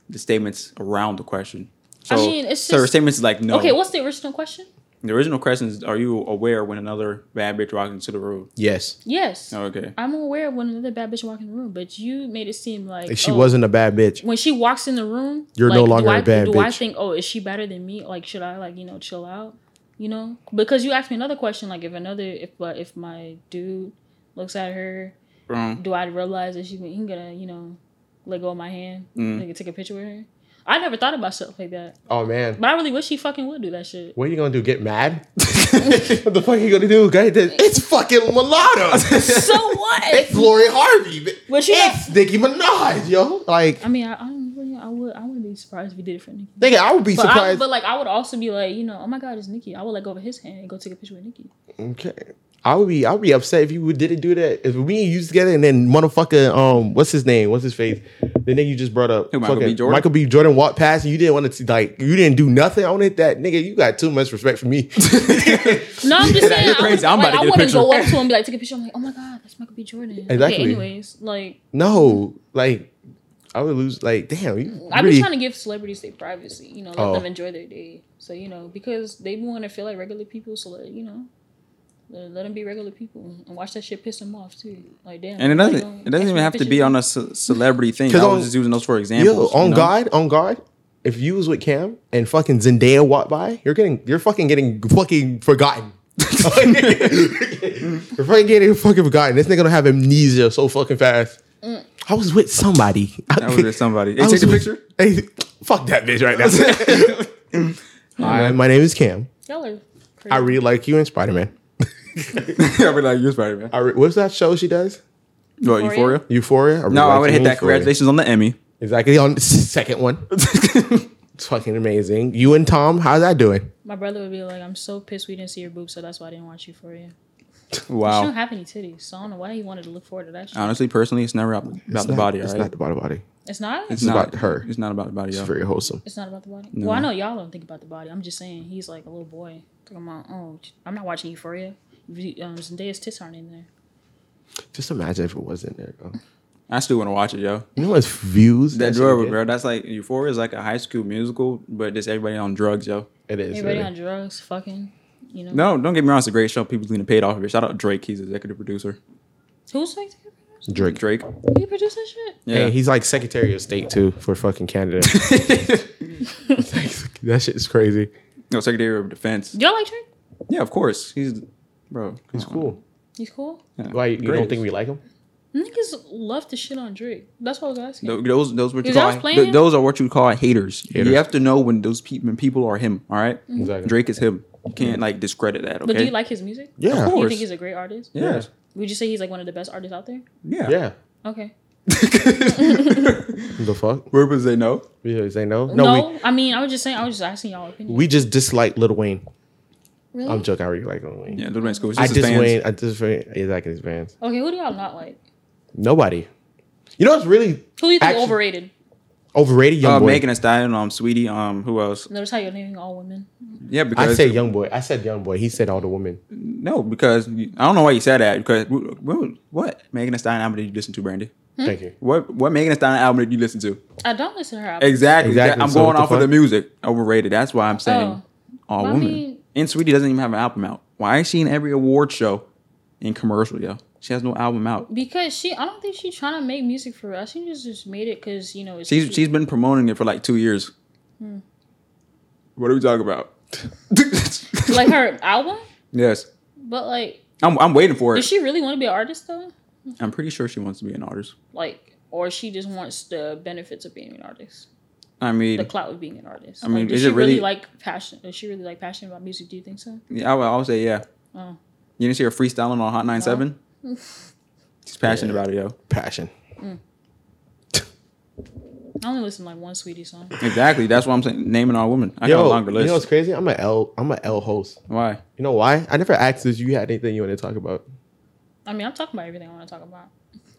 S1: the statements around the question. So,
S3: I mean, it's
S1: so her
S3: just-
S1: statements is like no.
S3: Okay, what's the original question?
S1: the original question is: Are you aware when another bad bitch walks into the room? Oh,
S2: Yes.
S3: Yes.
S1: Okay.
S3: I'm aware of when another bad bitch walk in the room, but you made it seem like,
S2: Like she
S3: oh,
S2: wasn't a bad bitch.
S3: When she walks in the room,
S2: You're
S3: like,
S2: no
S3: do
S2: longer
S3: I-
S2: a bad
S3: Do I
S2: bitch.
S3: think, oh, is she better than me? Like, should I like you know chill out? You know, because you asked me another question, like if another if uh, if my dude looks at her,
S1: Um,
S3: do I realize that she's he gonna you know let go of my hand,
S2: Mm.
S3: like, take a picture with her? I never thought about stuff like that,
S2: Oh man.
S3: but I really wish she fucking would do that shit.
S2: What are you gonna do? Get mad? what the fuck are you gonna do? Guy, that- it's fucking mulatto.
S3: so what?
S2: It's Lori Harvey.
S3: But she
S2: it's Nicki Minaj, yo. Like,
S3: I mean, I, I don't really, I would, I wouldn't be surprised if you did it for Nikki.
S2: nigga, I would be
S3: But, I,
S2: surprised.
S3: but like, I would also be like, you know, oh my god, it's Nikki. I would like go over his hand and go take a picture with Nikki.
S2: Okay. I would be I would be upset if you would- didn't do that. If we used together and then motherfucker, um, what's his name? What's his face? The nigga you just brought up.
S1: Who, Michael B.
S2: fucking-
S1: Jordan?
S2: Michael B. Jordan walked past and you didn't want to like you didn't do nothing on it. That nigga, you got too much respect for me.
S3: No, I'm just saying.
S1: you're
S3: I,
S1: crazy.
S3: would,
S1: I'm
S3: like,
S1: about to get
S3: I
S1: a
S3: wouldn't go
S1: picture.
S3: up to him and be like, take a picture. I'm like, oh my god, that's Michael B. Jordan.
S2: Exactly.
S3: Okay, anyways, like,
S2: no, like I would lose like damn, you
S3: I've
S2: really
S3: been trying to give celebrities their privacy. You know, let
S2: Oh.
S3: them enjoy their day. So you know, because they want to feel like regular people. So let, you know, let, them be regular people and watch that shit piss them off too. Like damn.
S1: And it
S3: like,
S1: doesn't
S3: don't
S1: it doesn't
S3: catch
S1: even
S3: me
S1: have to
S3: pictures
S1: be
S3: of
S1: on
S3: you.
S1: a ce- celebrity thing.
S2: 'Cause
S1: I
S2: on-
S1: was just using those for
S2: yo,
S1: examples. you
S2: on
S1: know?
S2: God, on God, if you was with Cam and fucking Zendaya walked by, you're getting you're fucking getting fucking forgotten. you're fucking getting fucking forgotten. This nigga don't have amnesia so fucking fast. I was with somebody.
S1: That was with somebody. Hey,
S2: I
S1: take
S2: was
S1: the
S2: with-
S1: picture.
S2: Hey, fuck that bitch right now. Hi, my name is Cam.
S3: Y'all are crazy.
S2: I really like you in Spider Man.
S1: I'd be like, you're Spider Man.
S2: I re- what's that show she does?
S1: What
S3: Euphoria?
S1: Euphoria?
S2: Euphoria. I really
S1: No, I
S2: like
S1: would
S2: you
S1: hit
S2: in
S1: that.
S2: Euphoria.
S1: Congratulations on the Emmy.
S2: Exactly on the second one. it's fucking amazing. You and Tom, how's that doing?
S3: My brother would be like, I'm so pissed we didn't see your boobs, so that's why I didn't watch Euphoria. She don't
S1: Wow.
S3: have any titties, so I don't know why he wanted to look forward to that shit.
S1: Honestly, personally, it's never about about
S2: It's
S1: the
S2: not-
S1: body.
S2: It's
S1: all right?
S2: not about the body.
S3: it's not.
S1: It's
S2: It's
S1: not
S2: about her.
S1: It's not about the body.
S2: It's
S1: yo.
S2: very wholesome.
S3: It's not about the body. Well, I know y'all don't think about the body. I'm just saying he's like a little boy. Talking about, oh, I'm not watching Euphoria. You- Um, Zendaya's tits aren't in there.
S2: Just imagine if it wasn't there. Bro.
S1: I still want to watch it, yo.
S2: You know what's views?
S1: That
S2: shit
S1: drug,
S2: get?
S1: bro. That's like Euphoria is like a high school musical, but just everybody on drugs, yo.
S2: It is.
S3: Everybody
S2: really.
S3: on drugs, fucking, you know.
S1: No, don't get me wrong. It's a great show. People getting paid off of it. Shout out Drake. He's executive producer.
S3: Who's like,
S2: Drake.
S1: Drake.
S3: he produced that shit?
S1: Yeah.
S2: Hey, he's like Secretary of State too for fucking Canada. that shit is crazy.
S1: no, Secretary of Defense.
S3: Y'all like Drake?
S1: Yeah, of course. He's, bro.
S2: He's cool.
S3: He's cool.
S2: Why you
S1: Great.
S2: don't think we like him?
S3: Niggas love to shit on Drake. That's what I was asking.
S1: Tho- Those those what you
S3: Is that
S1: call
S3: what's playing
S1: th-
S3: him?
S1: those are what you call haters.
S2: Haters.
S1: You have to know when those people when people are him. All right?
S2: Exactly.
S1: Drake is him. You
S2: Mm.
S1: can't like discredit that. Okay.
S3: Mm. But do you like his music?
S2: Yeah.
S1: Of
S3: Do you
S1: course.
S3: think he's a great artist?
S1: Yeah.
S3: Would you say he's like one of the best artists out there?
S1: Yeah.
S2: Yeah.
S3: Okay.
S2: The fuck?
S1: Where was they know?
S2: We say no.
S3: No,
S2: No.
S3: I mean, I was just saying, I was just asking y'all
S2: We,
S3: opinion.
S2: we just dislike Lil Wayne.
S3: really?
S2: I'm joking. I really like Lil Wayne.
S1: Yeah, Lil Wayne's cool. It's
S2: I
S1: just his
S2: just
S1: fans.
S2: Wayne. I just Wayne. Exactly his fans.
S3: okay, who do y'all not like?
S2: Nobody. You know what's really
S3: Who do you think
S2: Actually-
S3: overrated?
S2: overrated? Young
S1: Uh,
S2: boy.
S1: Megan Thee Stallion, um, Sweetie, um, who else?
S3: Notice how you're naming all women.
S1: Yeah, because
S2: I said young boy. I said young boy. He said all the women.
S1: no, because you- I don't know why you said that. Because w- w- what Megan Thee Stallion album did you listen to, Brandy?
S2: Thank you.
S1: What what Megan Thee Stallion album did you listen to?
S3: I don't listen to her. album.
S1: Exactly.
S2: Exactly,
S1: I'm
S2: so what
S1: going
S2: the
S1: off of the
S2: fuck?
S1: music. Overrated. That's why I'm saying
S3: Oh.
S1: all
S3: Well, I
S1: women.
S3: mean-
S1: and Sweetie doesn't even have an album out. Why is she in every award show and commercial, yo? She has no album out.
S3: Because she, I don't think she's trying to make music for us. She just just made it because you know it's
S1: She's
S3: cute.
S1: she's been
S3: Hmm.
S1: promoting it for like two years. What are we talking about?
S3: like her album,
S1: Yes,
S3: but like,
S1: I'm I'm waiting for
S3: does
S1: it.
S3: she really want to be an artist though?
S1: I'm pretty sure she wants to be an artist.
S3: Like, or she just wants the benefits of being an artist,
S1: I
S3: the
S1: mean,
S3: clout of being an artist.
S1: I mean,
S3: like, does
S1: is
S3: she
S1: it really-
S3: like passion? Is she really like passionate about music? Do you think so?
S1: yeah, I would, I would say yeah.
S3: Oh.
S1: You didn't see her freestyling on Hot 97?
S3: No.
S1: She's passionate about it, yo.
S2: Passion.
S3: I only listen to like one Sweetie song.
S1: Exactly. That's why I'm saying naming all women. I got a longer list.
S2: You know what's crazy? I'm a L. I'm a L host.
S1: why?
S2: You know why? I never asked if you had anything you want to talk about.
S3: I mean, I'm talking about everything I want to talk about.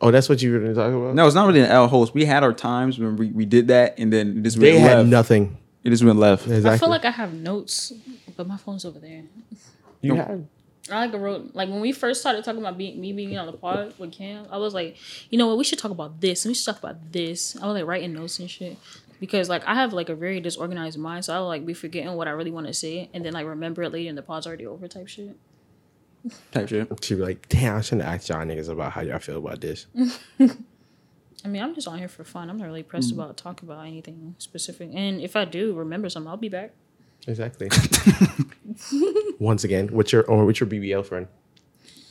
S2: Oh, that's what you were going to talk about.
S1: No, it's not really an L host. We had our times when we, we did that, and then it just
S2: they
S1: went
S2: had
S1: left.
S2: nothing.
S1: It just went left.
S2: Exactly.
S3: I feel like I have notes, but my phone's over there.
S2: you had.
S3: I like wrote like when we first started talking about being, me being on the pod with Cam. I was like, you know what, we should talk about this and we should talk about this. I was like writing notes and shit because like I have like a very disorganized mind, so I would, like be forgetting what I really want to say and then like remember it later and the pod's already over type shit.
S1: Type shit.
S2: She be like, damn, I shouldn't ask y'all niggas about how y'all feel about this.
S3: Mm. I mean, I'm just on here for fun. I'm not really pressed about talking about anything specific. And if I do remember something, I'll be back.
S2: Exactly. Once again, what's your or what's your BBL friend?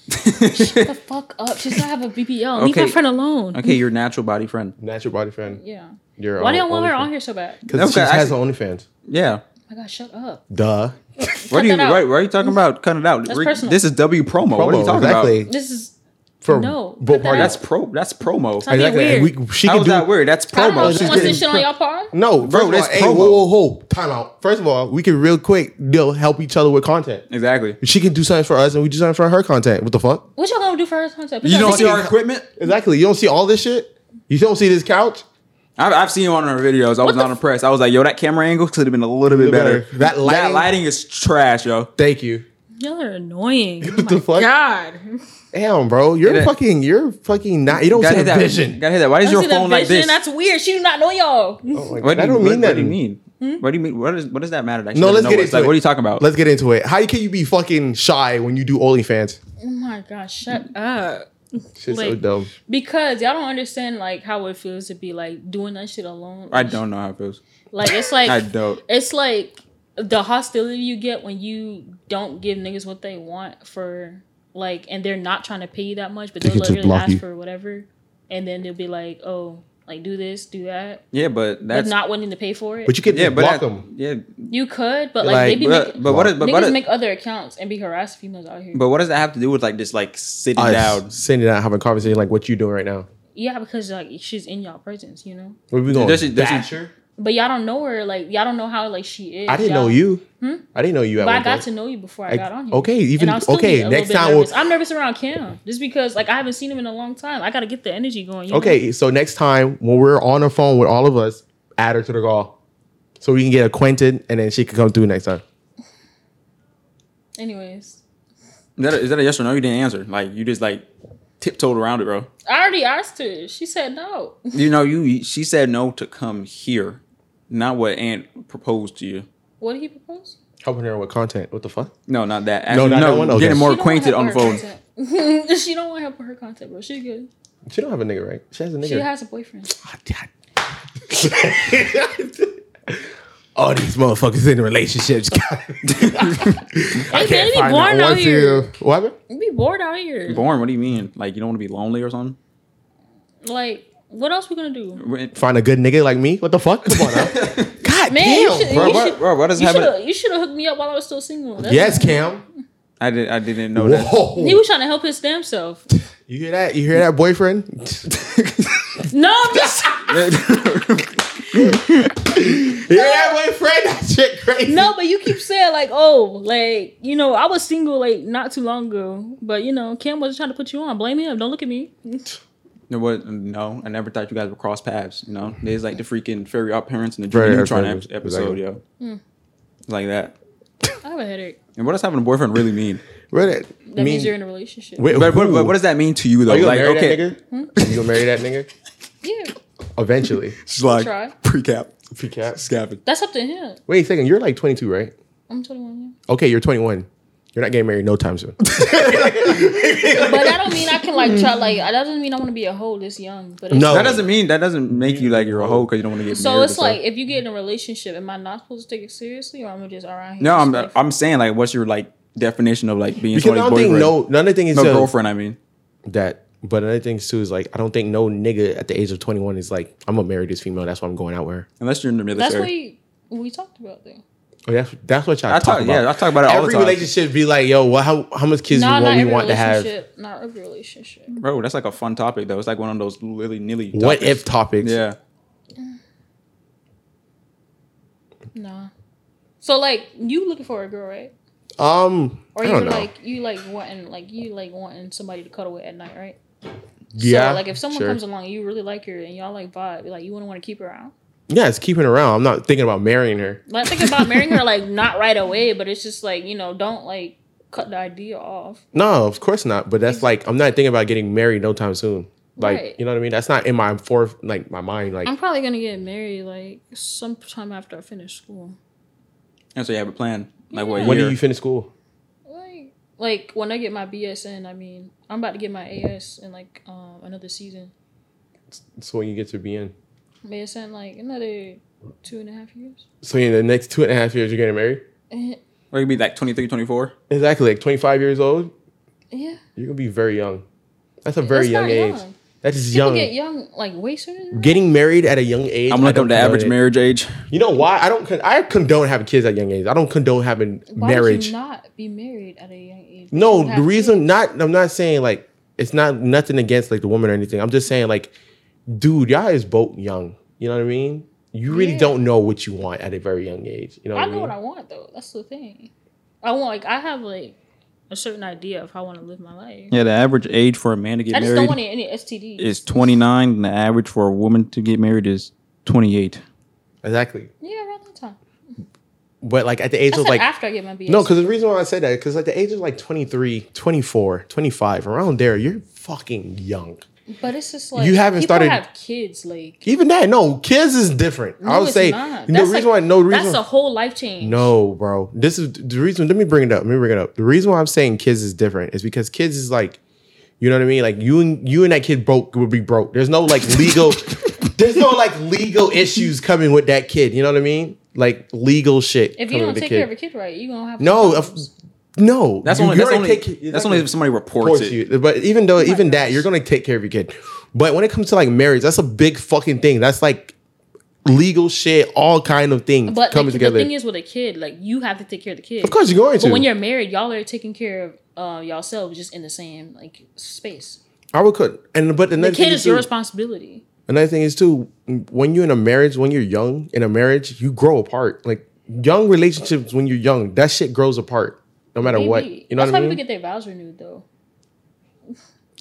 S3: the fuck up. She's gonna have a BBL. Leave my
S1: Okay.
S3: friend alone.
S1: Okay, your natural body friend.
S2: Natural body friend.
S3: Yeah.
S2: Your
S3: Why do you want her on here so bad?
S2: Because
S1: Okay,
S2: she
S1: I
S2: has
S1: see-
S2: OnlyFans.
S1: Yeah.
S3: Oh my god, shut up.
S2: Duh.
S1: What
S3: Cut
S1: are you
S3: that out. Mm.
S1: right? What are you talking about? Cut it out.
S3: That's
S1: Re-
S3: personal.
S1: this is W promo. What are you
S2: Promo,
S1: talking
S2: exactly.
S1: about?
S3: This is
S2: For
S3: No,
S2: both
S3: cut that
S2: parties.
S1: That's pro. That's promo.
S3: Stop being
S2: Exactly. And
S3: weird.
S2: we- she
S1: How
S2: can
S1: is
S2: do,
S1: that weird? That's
S3: I don't know
S1: promo.
S3: if she
S2: She's
S3: wants
S2: getting
S3: this shit on y'all pod.
S1: Bro,
S2: No, bro, that's
S1: that's
S2: all, hey, whoa,
S1: promo.
S2: whoa, whoa, time out. First of all, we can real quick deal help each other with content.
S1: Exactly.
S2: She can do something for us, and we do something for her content. What the fuck?
S3: What y'all gonna do for her content?
S1: You don't see our
S3: her.
S1: equipment?
S2: Exactly. You don't see all this shit. You don't see this couch.
S1: I've, I've seen one of her videos. I was not impressed. I was like, yo, that camera angle could have been a little bit
S2: Little
S1: better.
S2: better. That lighting-
S1: is trash, yo.
S2: Thank you.
S3: Y'all are annoying.
S2: What the fuck?
S3: God.
S2: Damn, bro, you're
S1: Yeah.
S2: fucking, you're fucking not. You don't
S1: Gotta
S2: see
S1: hit
S2: the
S1: that
S2: vision.
S1: Gotta hit that. Why is your
S3: See the
S1: phone like this?
S3: vision? That's weird. She do not know y'all. Oh
S2: What do you,
S1: what-
S2: mean
S1: What
S2: that.
S1: do you mean?
S3: Hmm?
S1: What do you mean? What, is, what does that matter? That she
S2: No,
S1: doesn't
S2: let's
S1: know
S2: get
S1: us?
S2: into
S1: like,
S2: it.
S1: What are you talking about?
S2: Let's get into it. How can you be fucking shy when you do OnlyFans?
S3: Oh my god, shut up.
S2: Shit's so
S3: Like-
S2: dumb.
S3: Because y'all don't understand like how it feels to be like doing that shit alone.
S1: I don't know how it feels.
S3: Like it's like
S1: I don't.
S3: it's like the hostility you get when you don't give niggas what they want for like and they're not trying to pay you that much, but
S2: They
S3: they'll
S2: could just
S3: literally
S2: block
S3: ask
S2: you.
S3: for whatever. And then they'll be like, Oh, like do this, do that.
S1: Yeah, but
S3: But
S1: that's
S3: not wanting to pay for it.
S2: But you can
S1: yeah,
S2: just block
S1: but that-
S2: them.
S1: yeah,
S3: You could, but like,
S2: Like,
S3: they be
S1: but,
S3: making,
S1: but what? Is, but,
S3: niggas
S1: what is,
S3: make other accounts and be harassing females out here.
S1: but what does that have to do with like just like sitting down?
S2: Us sitting down having a conversation like what you doing right now.
S3: yeah, because like she's in y'all presence, you know.
S2: Where we going?
S1: Does she- does she-
S2: Bash her?
S3: But y'all don't know her. Like y'all don't know how like she is.
S2: I didn't
S3: y'all-
S2: know you. I didn't know you at
S3: Hmm? But
S2: one
S3: I got
S2: point.
S3: to know you before I,
S2: I-
S3: got on here.
S2: okay, even-
S3: I'll still
S2: okay,
S3: be a little
S2: next
S3: bit
S2: time we'll-
S3: nervous. I'm nervous around Cam just because like I haven't seen him in a long time. I got to get the energy going. You know?
S2: Okay, so next time when we're on the phone with all of us, add her to the call. So we can get acquainted and then she can come through next time.
S3: Anyways,
S1: Is that, a, is that a yes or no? You didn't answer. Like you just like tiptoed around it, bro.
S3: I already asked her. She said no.
S1: You know, you she said no to come here, not what Aunt proposed to you.
S3: What did he propose?
S2: Helping her with content. What the fuck?
S1: No, not that. Actually, no,
S2: not that one? Okay.
S1: Getting more
S3: She don't want
S1: acquainted
S3: help
S1: on the
S3: with her
S1: phone.
S3: content. she don't want help with her content, bro. She good.
S2: She don't have a nigga, right? She has a nigga.
S3: She has a boyfriend.
S2: all these motherfuckers in relationships.
S3: Hey, man, it be boring out here.
S2: What happened?
S3: It be bored out here.
S1: Born? What do you mean? Like you don't want to be lonely or something?
S3: Like, what else we gonna do?
S1: When-
S2: Find a good nigga like me? What the fuck? Come on, now. God
S3: Man, you should-
S2: damn, bro.
S1: Bro, what, bro, what does
S3: You
S1: it have?
S3: should
S1: to-
S3: have you should have hooked me up while I was still single. That's-
S2: Yes, Cam.
S1: I did. I didn't know that.
S2: Whoa.
S3: He was trying to help his damn self.
S2: You hear that? You hear that, boyfriend?
S3: No, I'm just
S2: You hear that, boyfriend? That shit crazy.
S3: no, but you keep saying like, oh, like you know, I was single like not too long ago, but you know, Cam wasn't trying to put you on. Blame him. Don't look at me.
S1: No, what? No, I never thought you guys would cross paths. You know, there's like the freaking fairy odd parents in the
S2: Fairy
S1: Jimmy
S2: Odd
S1: Neutron
S2: Parents,
S1: ep- episode,
S2: exactly.
S1: yo.
S3: Hmm.
S1: Like that.
S3: I have a headache.
S1: And what does having a boyfriend really mean?
S2: Where that
S3: That means you're in a relationship.
S2: Wait,
S1: But, but, but what
S2: what
S1: does that mean to you though?
S2: Are you gonna
S1: like,
S2: marry
S1: okay,
S2: that
S3: Hmm?
S2: nigga? You gonna marry that nigga?
S3: Yeah,
S2: Eventually.
S1: she's like
S3: Try.
S1: precap,
S2: Precap.
S1: scabbing.
S3: that's up to him.
S2: Wait a second. You're like 22, right?
S3: I'm 21.
S2: Okay, you're 21. You're not getting married no time soon.
S3: but that don't mean I can like try like that doesn't mean I want to be a hoe this young. But it's
S2: Oh.
S1: No, that doesn't mean that doesn't make you like you're a hoe because you don't want to get married.
S3: so
S1: or
S3: it's
S1: something.
S3: like if you get in a relationship, am I not supposed to take it seriously, or am I just around here?
S1: no,
S3: just,
S1: I'm
S3: like,
S1: I'm saying like what's your like definition of like being
S2: Because
S1: somebody's
S2: I don't think
S1: boyfriend?
S2: no. Another thing is
S1: no
S2: uh,
S1: girlfriend. I mean,
S2: that. But another thing too is like I don't think no nigga at the age of 21 is like I'm gonna marry this female. That's why I'm going out with her.
S1: unless you're in the
S3: that's what
S1: military.
S3: we, we talked about though.
S2: Oh, that's that's what
S1: I
S2: y'all talk,
S1: talk-
S2: about.
S1: yeah, I talk about it all the
S2: every
S1: time.
S2: relationship be like, yo, well, how how much kids
S3: No,
S2: do
S3: not
S2: we
S3: every
S2: want to have?
S3: relationship. Not every relationship.
S1: Bro, that's like a fun topic though. It's like one of those lily nilly.
S2: What if topics?
S1: Yeah,
S3: No. So like you looking for a girl, right?
S2: Um,
S3: Or
S2: I
S3: you
S2: don't know.
S3: like you like wanting like you like wanting somebody to cuddle with at night, right?
S2: yeah,
S3: So, like if someone
S2: sure.
S3: comes along, you really like her and y'all like vibe, like you wouldn't want to keep her around.
S2: yeah, it's keeping around. I'm not thinking about marrying her.
S3: Like thinking about marrying her, like not right away, but it's just like you know, don't like cut the idea off.
S2: No, of course not. But that's like I'm not thinking about getting married no time soon. Like
S3: Right.
S2: you know what I mean? That's not in my fourth like my mind. Like
S3: I'm probably gonna get married like sometime after I finish school.
S1: and so you have a plan. Like what?
S2: when
S1: year?
S2: do you finish school?
S3: Like like when I get my BSN, I mean, I'm about to get my AS in like um another season.
S2: So when you get to be in.
S3: BSN like another two and a half years.
S2: So in the next two and a half years, you're getting married.
S3: Eh,
S1: Or you be like 23, 24?
S2: Exactly, like 25 years old,
S3: Yeah.
S2: you're gonna be very young. That's a very
S3: That's
S2: young
S3: not
S2: age.
S3: young.
S2: That's just
S3: People
S2: young.
S3: get young like way sooner. Than that.
S2: Getting married at a young age.
S1: I'm
S2: I
S1: gonna look
S2: don't
S1: up the average
S2: condone it.
S1: marriage age.
S2: You know why? I don't. Con- I condone having kids at young age. I don't condone having
S3: Why
S2: marriage.
S3: would you not be married at a young age?
S2: no,
S3: You have
S2: the reason
S3: kids.
S2: not. I'm not saying like it's not nothing against like the woman or anything. I'm just saying like, dude, y'all is both young. You know what I mean? You really
S3: Yeah.
S2: don't know what you want at a very young age. You know what
S3: I
S2: I mean?
S3: know what I want though. That's the thing. I want like I have like a certain idea of how I want to live my life.
S1: Yeah, the average age for a man to get
S3: I just don't
S1: married
S3: want any STDs.
S1: is 29, and the average for a woman to get married is 28.
S2: exactly.
S3: yeah, around that time.
S2: But like at the
S3: I
S2: age
S3: said
S2: of like
S3: after I get my BS.
S2: No, because the reason why I said that, because at the age of like 23, 24, 25, around there, you're fucking young.
S3: but it's just like
S2: you haven't
S3: people
S2: started-
S3: have kids. Like
S2: Even that, no, kids is different.
S3: no,
S2: I would
S3: it's
S2: say
S3: not.
S2: the reason
S3: like,
S2: why, no reason.
S3: That's a whole life change.
S2: no, bro. This is the reason. Let me bring it up. Let me bring it up. The reason why I'm saying kids is different is because kids is like, you know what I mean? Like you and you and that kid broke would be broke. There's no like legal, there's no like legal issues coming with that kid. You know what I mean? Like legal shit.
S3: If you
S2: coming
S3: don't
S2: with the
S3: take
S2: kid.
S3: care of a kid right, you're gonna have
S2: No, of-
S3: problems.
S2: no.
S1: That's
S2: You-
S1: only
S2: you
S1: that's
S2: already
S1: only,
S2: take-
S1: that's only if somebody reports
S2: course
S1: it.
S2: you. But even though, even that,
S3: Oh gosh.
S2: you're gonna take care of your kid. But when it comes to like marriage, that's a big fucking thing. That's like legal shit, all kind of things
S3: but
S2: coming
S3: like,
S2: together.
S3: the thing is with a kid, like you have to take care of the kid.
S2: of course, you're going to.
S3: But when you're married, y'all are taking care of uh, yourselves just in the same like space.
S2: I would could, and but another
S3: The kid
S2: thing
S3: is your
S2: too-
S3: responsibility.
S2: Another thing is too, when you're in a marriage, when you're young in a marriage, you grow apart. Like young relationships, when you're young, that shit grows apart. No matter what,
S3: Maybe.
S2: you know
S3: That's
S2: what I
S3: why
S2: mean.
S3: people get their vows renewed though.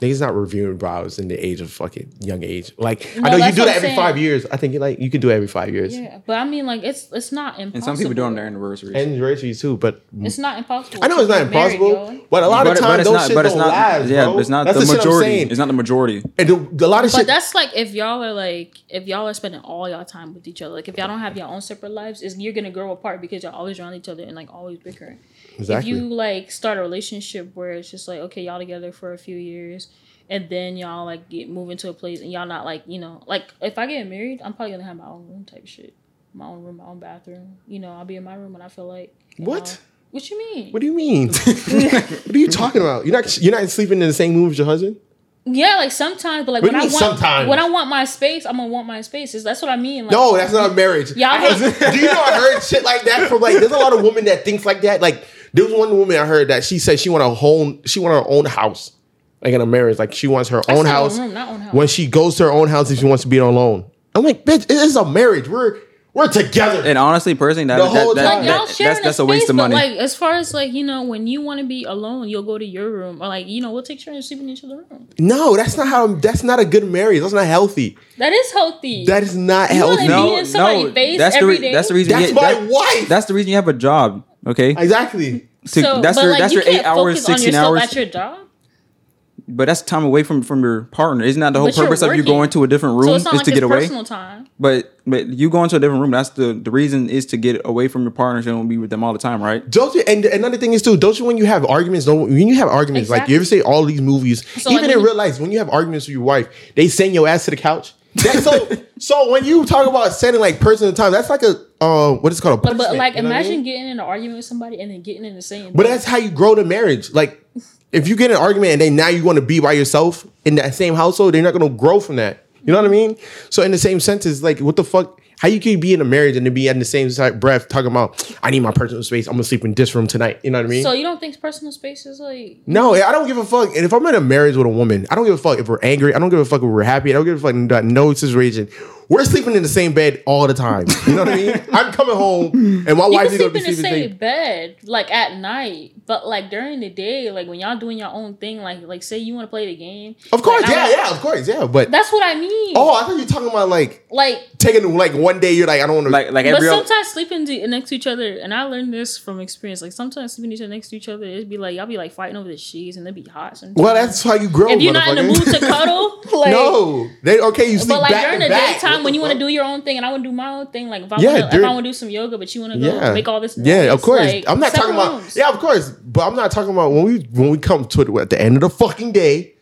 S2: Niggas not reviewing vows in the age of fucking young age. Like
S3: No,
S2: I know you
S3: that's
S2: do
S3: what
S2: that
S3: I'm
S2: every
S3: saying.
S2: five years. I think you like you could do it every five years.
S3: Yeah, but I mean, like it's it's not impossible.
S1: And some people do it on their anniversaries.
S2: And anniversaries too, but
S3: It's not impossible.
S2: I know it's not
S3: to get married,
S2: impossible,
S3: yo.
S2: but a lot of
S1: But- but
S2: times
S1: it's
S2: those
S1: not-
S2: shit
S1: but
S2: don't
S1: it's not-
S2: last,
S1: Yeah,
S2: bro.
S1: but it's not
S2: That's
S1: the
S2: shit I'm
S1: majority.
S2: saying.
S1: It's not the majority.
S2: And the, a lot of
S3: But
S2: shit.
S3: that's like if y'all are like if y'all are spending all y'all time with each other. Like if y'all don't have your own separate lives, is you're gonna grow apart because you're always around each other and like always bickering.
S2: exactly.
S3: If you like start a relationship where it's just like okay, y'all together for a few years, and then y'all like get move into a place and y'all not like you know like if I get married, I'm probably gonna have my own room type shit, my own room, my own bathroom. You know, I'll be in my room when I feel like. you
S2: What?
S3: know. What you mean?
S2: what do you mean? what are you talking about? You're not you're not sleeping in the same room with your husband?
S3: Yeah, like sometimes, but like
S2: What
S3: when
S2: do
S3: I
S2: you
S3: want
S2: mean sometimes?
S3: when I want my space, I'm gonna want my space. Is that's what I mean? Like,
S2: No, that's not marriage.
S3: Y'all
S2: I heard-
S3: hate-
S2: do you know I heard shit like that from like there's a lot of women that thinks like that. Like there was one woman I heard that she said she want a home she want her own house. Like in a marriage. Like she wants her
S3: I
S2: own
S3: said "Mm,
S2: house.
S3: room, not own house.
S2: When she goes to her own house if she wants to be alone. I'm like, bitch, it is a marriage. We're we're together.
S1: And honestly, personally, that,
S2: The whole
S1: that, that,
S3: like
S2: time.
S1: that-
S3: y'all sharing
S1: that's, that's
S3: a
S1: a
S3: space,
S1: waste of money.
S3: But like as far as like you know, when you want to be alone, you'll go to your room or like you know we'll take turns sleeping in each other's room.
S2: No, that's not how. That's not a good marriage. That's not healthy.
S3: That is healthy.
S2: That is not
S3: You wanna
S2: healthy.
S3: be in somebody's face
S1: that's the
S3: every
S1: re-
S3: day?
S1: that's the reason.
S2: That's
S1: you,
S2: my
S1: that-
S2: wife.
S1: That's the reason you have a job. Okay,
S2: exactly.
S1: To-
S3: so,
S1: that's
S3: but
S1: your
S3: like
S1: that's
S3: you
S1: your
S3: can't
S1: eight hours,
S3: focus on
S1: sixteen
S3: yourself
S1: hours.
S3: at your job.
S1: But that's time away from from your partner. Isn't that the whole
S3: But you're
S1: purpose of you
S3: working.
S1: going to a different room
S3: So it's not
S1: is
S3: like
S1: to
S3: it's
S1: get away?
S3: personal time.
S1: But but you going to a different room. That's the the reason is to get away from your partner. You don't be with them all the time, right?
S2: Don't you? And another thing is too. Don't you when you have arguments? Don't when you have arguments? Like you ever say all these movies,
S9: So,
S2: even
S9: like,
S2: in
S9: when-
S2: real life, when you have arguments with your wife, they send your ass to the couch. That- so so when you talk about setting like personal time, that's like a uh, what is it called a
S3: But, but
S2: punishment,
S3: like,
S2: you know what I
S3: imagine
S2: mean?
S3: getting in an argument with somebody and then getting in the same.
S2: But that's how you grow the marriage. Like if you get in an argument and then now you want to be by yourself in that same household, they're not going to grow from that. You know what I mean? So in the same sense, it's like what the fuck? How you can be in a marriage and then be in the same type breath talking about I need my personal space. I'm gonna sleep in this room tonight. You know what I mean?
S3: So you don't think personal space is like?
S2: No, I don't give a fuck. And if I'm in a marriage with a woman, I don't give a fuck if we're angry. I don't give a fuck if we're happy. I don't give a fuck about no situation. We're sleeping in the same bed all the time. You know what I mean? I'm coming home and my
S3: you
S2: wife
S3: can
S2: is
S3: sleep
S2: gonna
S3: in
S2: be
S3: the
S2: sleeping. in the
S3: same
S2: same-
S3: bed, like at night, but like during the day, like when y'all doing your own thing, like like say you want to play the game.
S2: Of course,
S3: like, I
S2: yeah,
S3: don't-
S2: yeah, of course, yeah. But
S3: That's what I mean.
S2: oh, I thought you were talking about like
S3: like
S2: taking like one day. You're like I don't want to like
S1: like
S3: but sometimes sleeping to, next to each other, and I learned this from experience. Like sometimes sleeping each other next to each other, it'd be like y'all be like fighting over the sheets, and they'd be hot. Sometimes.
S2: Well, that's how you grow.
S3: If you're not in the
S2: motherfucker.
S3: mood to cuddle, like-
S2: no, they okay. You sleep
S3: but like
S2: back
S3: during
S2: to
S3: the
S2: back.
S3: daytime when you want to do your own thing and I want to do my own thing, like if I
S2: Yeah,
S3: want to if
S2: during-
S3: I want to do some yoga, but you want to go
S2: yeah.
S3: make all this.
S2: Yeah, of
S3: noise,
S2: course.
S3: like,
S2: I'm not talking
S3: separate
S2: about.
S3: rooms.
S2: Yeah, of course. But I'm not talking about when we when we come to it at the end of the fucking day.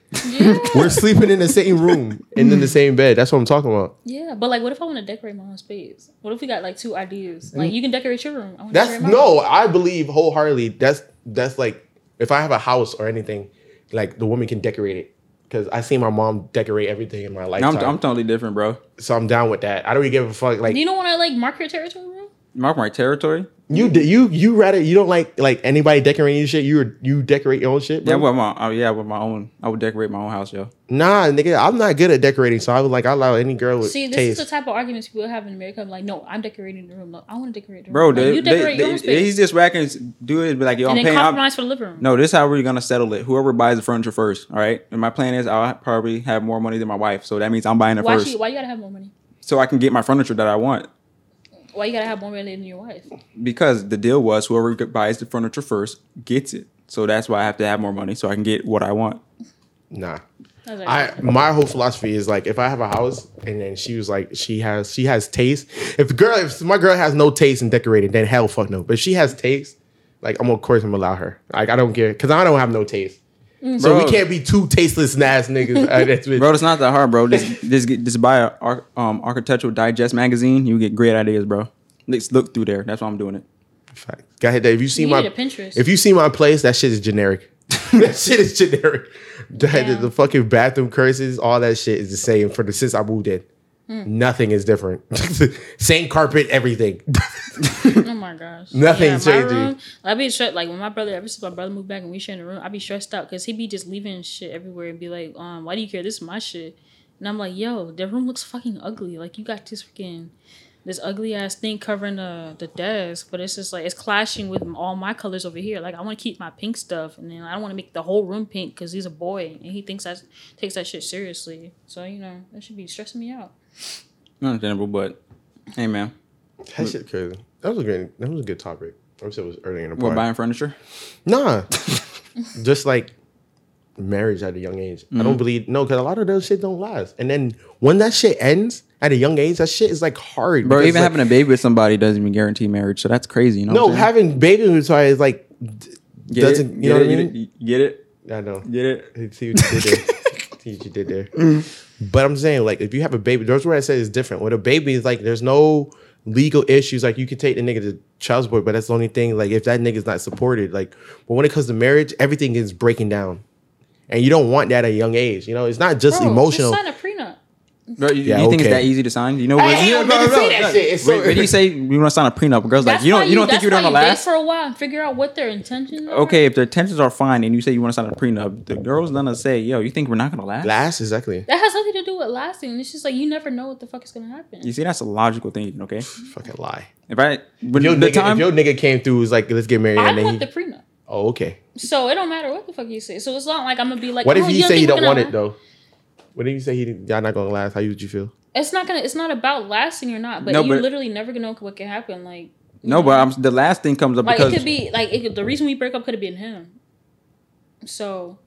S2: we're sleeping in the same room and in the same bed. That's what I'm talking about.
S3: Yeah, but like, what if I want to decorate my own space? What if we got like two ideas?
S2: Mm.
S3: Like, you can decorate your room. I want to
S2: That's
S3: decorate my room.
S2: no. I believe wholeheartedly. That's that's like if I have a house or anything, like the woman can decorate it. Because I see my mom decorate everything in my
S1: No,
S2: lifetime.
S1: I'm, I'm totally different, bro.
S2: so I'm down with that. I don't even give a fuck. Like
S3: you don't want to like mark your territory, room?
S1: mark my territory.
S2: You d- you you rather you don't like like anybody decorating your shit. You you decorate your own shit.
S1: Yeah,
S2: Bro?
S1: with my oh, yeah, with my own. I would decorate my own house, yo.
S2: nah, nigga, I'm not good at decorating. So I would like I allow any girl with
S3: See, this
S2: taste.
S3: is the type of arguments people have in America. I'm like, no, I'm decorating the room. Look, I want to decorate the room.
S1: Bro,
S3: Like,
S1: they,
S3: you
S1: they,
S3: decorate your
S1: they,
S3: own space.
S1: he's just racking, do it, be like, yo,
S3: and
S1: I'm
S3: then
S1: paying. I'm-
S3: compromise for the living room.
S1: No, this is how we're gonna settle it. Whoever buys the furniture first, all right. And my plan is I'll probably have more money than my wife, so that means I'm buying it
S3: Why,
S1: first,
S3: she, why you gotta have more money?
S1: so I can get my furniture that I want.
S3: Why you gotta have more money than your wife?
S1: Because the deal was whoever g- buys the furniture first gets it. So that's why I have to have more money so I can get what I want.
S2: Nah.
S3: That's like-
S2: I my whole philosophy is like if I have a house and then she was like she has she has taste. If the girl if my girl has no taste in decorating, then hell fuck no. But if she has taste, like I'm of course I'm gonna allow her. Like I don't care because I don't have no taste.
S9: Mm.
S2: So
S1: Bro.
S2: we can't be two tasteless ass niggas. Uh, that's what-
S1: bro, it's not that hard, bro. Just just, get, just buy a ar- um, architectural digest magazine. You get great ideas, bro. Let's look through there. That's why I'm doing it.
S2: Go ahead, Dave. If you see
S3: You
S2: my
S3: need a Pinterest.
S2: if you see my place, that shit is generic. that shit is generic. The, the, the fucking bathroom curses, all that shit is the same for the since I moved in.
S3: Mm.
S2: Nothing is different. same carpet, everything.
S3: oh my gosh.
S2: Nothing's
S3: my
S2: changing.
S3: room, I be stressed like when my brother ever since my brother moved back and we sharing a room, I be stressed out because he be just leaving shit everywhere and be like, um, why do you care? This is my shit. And I'm like, yo, the room looks fucking ugly. Like you got this freaking this ugly ass thing covering the the desk, but it's just like it's clashing with all my colors over here. Like I want to keep my pink stuff, and then I don't want to make the whole room pink because he's a boy and he thinks that takes that shit seriously. So you know that should be stressing me out.
S1: Understandable, but hey, man,
S2: That shit crazy. That was a good that was a good topic. I wish it was earlier in the
S1: we're
S2: pod.
S1: buying furniture.
S2: Nah. Just like marriage at a young age. I don't
S1: Mhm.
S2: believe no, because a lot of those shit don't last. And then when that shit ends at a young age, that shit is like hard.
S1: Bro,
S2: because,
S1: even
S2: like,
S1: having a baby with somebody doesn't even guarantee marriage. So that's crazy. You know
S2: no
S1: what I'm saying?
S2: having baby with somebody is like d-
S1: Get it,
S2: doesn't you
S1: get
S2: know
S1: it,
S2: what I
S1: get
S2: mean?
S1: it, Get it?
S2: I know.
S1: Get it?
S2: See what you did there. See what you did there.
S1: Mm.
S2: But I'm saying like if you have a baby, that's where I said it's different. With a baby, it's like there's no legal issues. Like you can take the nigga to child support, but that's the only thing. Like if that nigga's not supported, like but when it comes to marriage, everything is breaking down. And you don't want that at a young age. You know, it's not just
S3: Bro,
S2: emotional.
S3: Just sign a prenup.
S1: Bro, you,
S2: Yeah,
S1: you think it's
S2: okay.
S1: that easy to sign? You know
S2: Hey,
S1: what?
S2: hey,
S1: you
S2: don't niggas say that shit. It's so-
S1: when, when you say you want to sign a prenup, a girls like you
S3: why
S1: don't you don't think
S3: that's
S1: you're
S3: why
S1: gonna
S3: you date
S1: last.
S3: for a while and figure out what their intentions are.
S1: Okay, if their intentions are fine and you say you want to sign a prenup, the girl's gonna say, "Yo, you think we're not gonna last?"
S2: Last, exactly.
S3: That has nothing to do with lasting. It's just like you never know what the fuck is gonna happen.
S1: You see, that's a logical thing. Okay,
S2: fucking lie.
S1: If I
S2: if
S1: when
S2: your,
S1: the
S2: nigga,
S1: time,
S2: if your nigga came through, it was like, let's get married,
S3: I
S2: and then
S3: want
S2: he,
S3: the prenup,
S2: oh okay.
S3: so it don't matter what the fuck you say. So it's not like I'm gonna be like,
S2: what if
S3: oh,
S2: you say you
S3: think
S2: don't
S3: we're gonna
S2: want it
S3: la-"
S2: though? What if you say he didn't, y'all not gonna last? How would you feel?
S3: It's not gonna. It's not about lasting or not, but
S1: No,
S3: you
S1: but-
S3: literally never gonna know what can happen. Like,
S1: no, but I'm, the last thing comes up
S3: like it
S1: because
S3: could be like it could, the reason we break up could have been him. So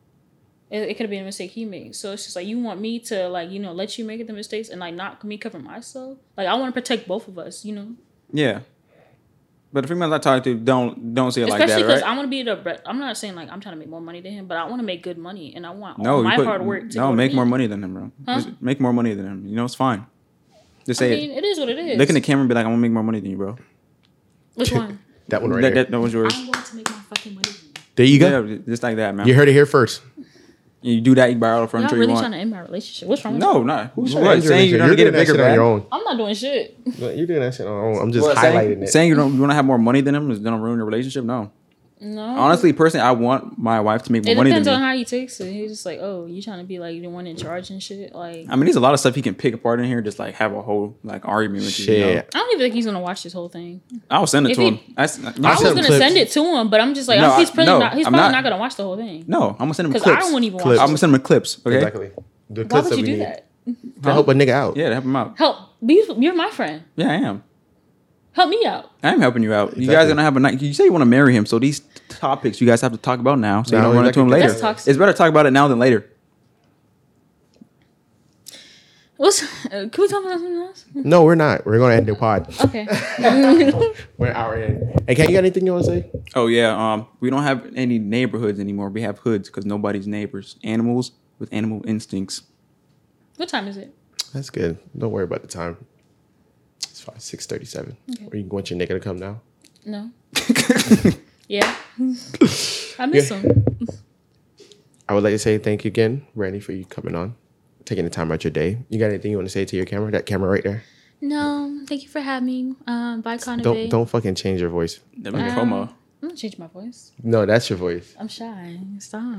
S3: It, it could have been a mistake he made. So it's just like you want me to like you know let you make the mistakes and like not me cover myself. Like I want to protect both of us. You know,
S1: Yeah. But the females I talk to don't don't see it like
S3: especially
S1: that,
S3: because
S1: right?
S3: I want to be the. bre- I'm not saying like I'm trying to make more money than him, but I want to make good money and I want
S1: no,
S3: all
S1: you
S3: my
S1: put,
S3: hard work. To go
S1: no,
S3: to
S1: make
S3: him.
S1: more money than him, bro.
S3: Huh?
S1: Just make more money than him. You know, it's fine. Just
S3: I
S1: say
S3: mean,
S1: it.
S3: it is what it is.
S1: Look in the camera and be like, I'm gonna make more money than you, bro.
S3: Which one?
S2: That one right
S1: that,
S2: there.
S1: that, that one's yours.
S3: I'm going to make my fucking money.
S2: There you go.
S1: Yeah, just like that, man.
S2: You heard it here first.
S1: You do that, you buy all the
S3: Y'all
S1: furniture
S3: really
S1: you
S3: trying
S1: want.
S3: to end my relationship? What's wrong?
S1: No,
S3: with you?
S1: not.
S2: Who's
S1: What? Saying you're gonna get a bigger
S2: on
S1: bag.
S2: your own.
S3: I'm not doing shit.
S2: You're doing that shit on your own. I'm just
S10: Well, saying-
S2: highlighting it.
S1: Saying you don't you want to have more money than him is gonna ruin your relationship. No,
S3: No.
S1: honestly, personally, I want my wife to make more
S3: Hmm. It
S1: money than
S3: depends on
S1: me.
S3: how he takes it. He's just like, oh, you trying to be like the one in charge and shit. Like,
S1: I mean, there's a lot of stuff he can pick apart in here, just like have a whole like argument with you. you know?
S2: Shit.
S3: I don't even think he's gonna watch this whole thing.
S1: I'll send it
S3: If
S1: to
S3: he-
S1: him. I, s- no,
S3: I
S2: I'll
S3: was
S2: send
S3: gonna
S2: clips.
S3: send it to him, but I'm just like,
S1: No,
S3: oh, he's
S1: I-
S3: probably
S1: no,
S3: not. He's
S1: I'm not-
S3: probably not, gonna watch the whole thing.
S1: no, I'm gonna send him
S3: Because
S1: clips.
S3: I wouldn't even watch.
S2: Clips.
S1: I'm
S3: it.
S1: gonna send him clips. Okay.
S2: Exactly. The
S3: Why
S2: clips
S3: would
S2: that
S3: you
S2: we
S3: do
S2: need
S3: that?
S2: to help a nigga out.
S1: Yeah, to help him out.
S3: Help! You, you're my friend.
S1: Yeah, I am.
S3: Help me out.
S1: I am helping you out. You guys
S2: Exactly.
S1: gonna have a night. You say you want to marry him, so these t- topics you guys have to talk about now, so you
S2: Now
S1: don't run
S2: we
S1: into him
S2: can-
S1: later.
S3: That's toxic.
S1: It's better to talk about it now than later.
S3: What's? Uh, can we talk about something else?
S2: No, we're not. We're gonna end the pod.
S3: Okay.
S2: We're an hour in. Hey, can you got anything you want to say?
S1: Oh yeah, um, we don't have any neighborhoods anymore. We have hoods because nobody's neighbors. Animals with animal instincts.
S3: what time is it?
S2: That's good. Don't worry about the time. It's five six thirty seven. Or you want your nigga to come now?
S3: No. yeah. I miss
S2: Yeah.
S3: him.
S2: I would like to say thank you again, Randy, for you coming on, taking the time out your day. You got anything you want to say to your camera? That camera right there.
S3: No, thank you for having me. Um, bye, Connor.
S2: Don't don't fucking change your voice.
S1: That was promo.
S3: I'm gonna change my voice.
S2: No, that's your voice.
S3: I'm shy. Stop.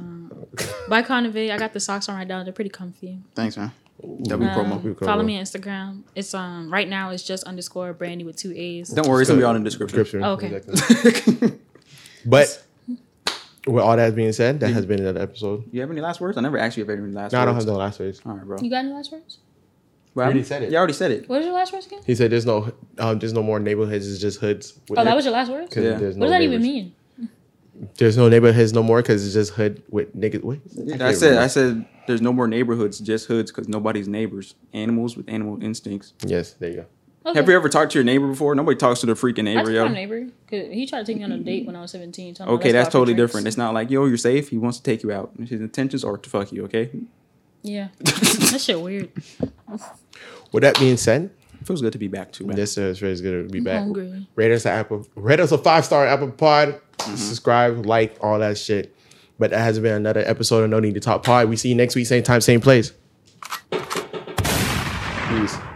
S3: By Convey, I got the socks on right now. They're pretty comfy.
S1: Thanks, man. That was
S3: Um,
S1: promo.
S3: follow me on Instagram. It's um right now. It's just underscore Brandy with two A's.
S1: Don't worry, it's gonna be all in the description.
S3: Oh, okay.
S1: you
S2: But with all that being said, that has been another episode.
S1: have any last words? I never asked you if you have any last
S2: No, I
S1: words.
S2: don't have no last words.
S1: All right, bro.
S3: You got any last words?
S1: Well,
S2: already
S1: I'm-
S2: said it.
S1: You already said it.
S3: What was your last words again?
S2: He said there's no um, there's no more neighborhoods, it's just hoods. With
S3: Oh, that was your last words.
S2: 'cause
S1: Yeah.
S2: there's no
S3: What does that even
S2: neighbors.
S3: mean?
S2: There's no neighborhoods no more because it's just hood with niggas. What?
S1: I, said. I said. There's no more neighborhoods, just hoods, because nobody's neighbors. Animals with animal instincts.
S2: Yes, there you go.
S3: Okay.
S1: Have you ever talked to your neighbor before? Nobody talks to their freaking
S3: I
S1: neighbor,
S3: told my
S1: yo.
S3: neighbor 'cause he tried to take me on a date when I was 17. told him
S1: Okay, that's
S3: let's go out for
S1: totally
S3: drinks.
S1: different. It's not like, yo, you're safe. He wants to take you out. His intentions are to fuck you, okay?
S3: Yeah, that shit weird.
S2: With that being said,
S1: Feels good to be back too, man.
S2: this is very good to be
S3: I'm
S2: back.
S3: hungry.
S2: Rate us an Apple. Rate us a five star Apple Pod. Subscribe, like, all that shit. But that has been another episode of No Need to Talk Pod. We see you next week, same time, same place. Peace.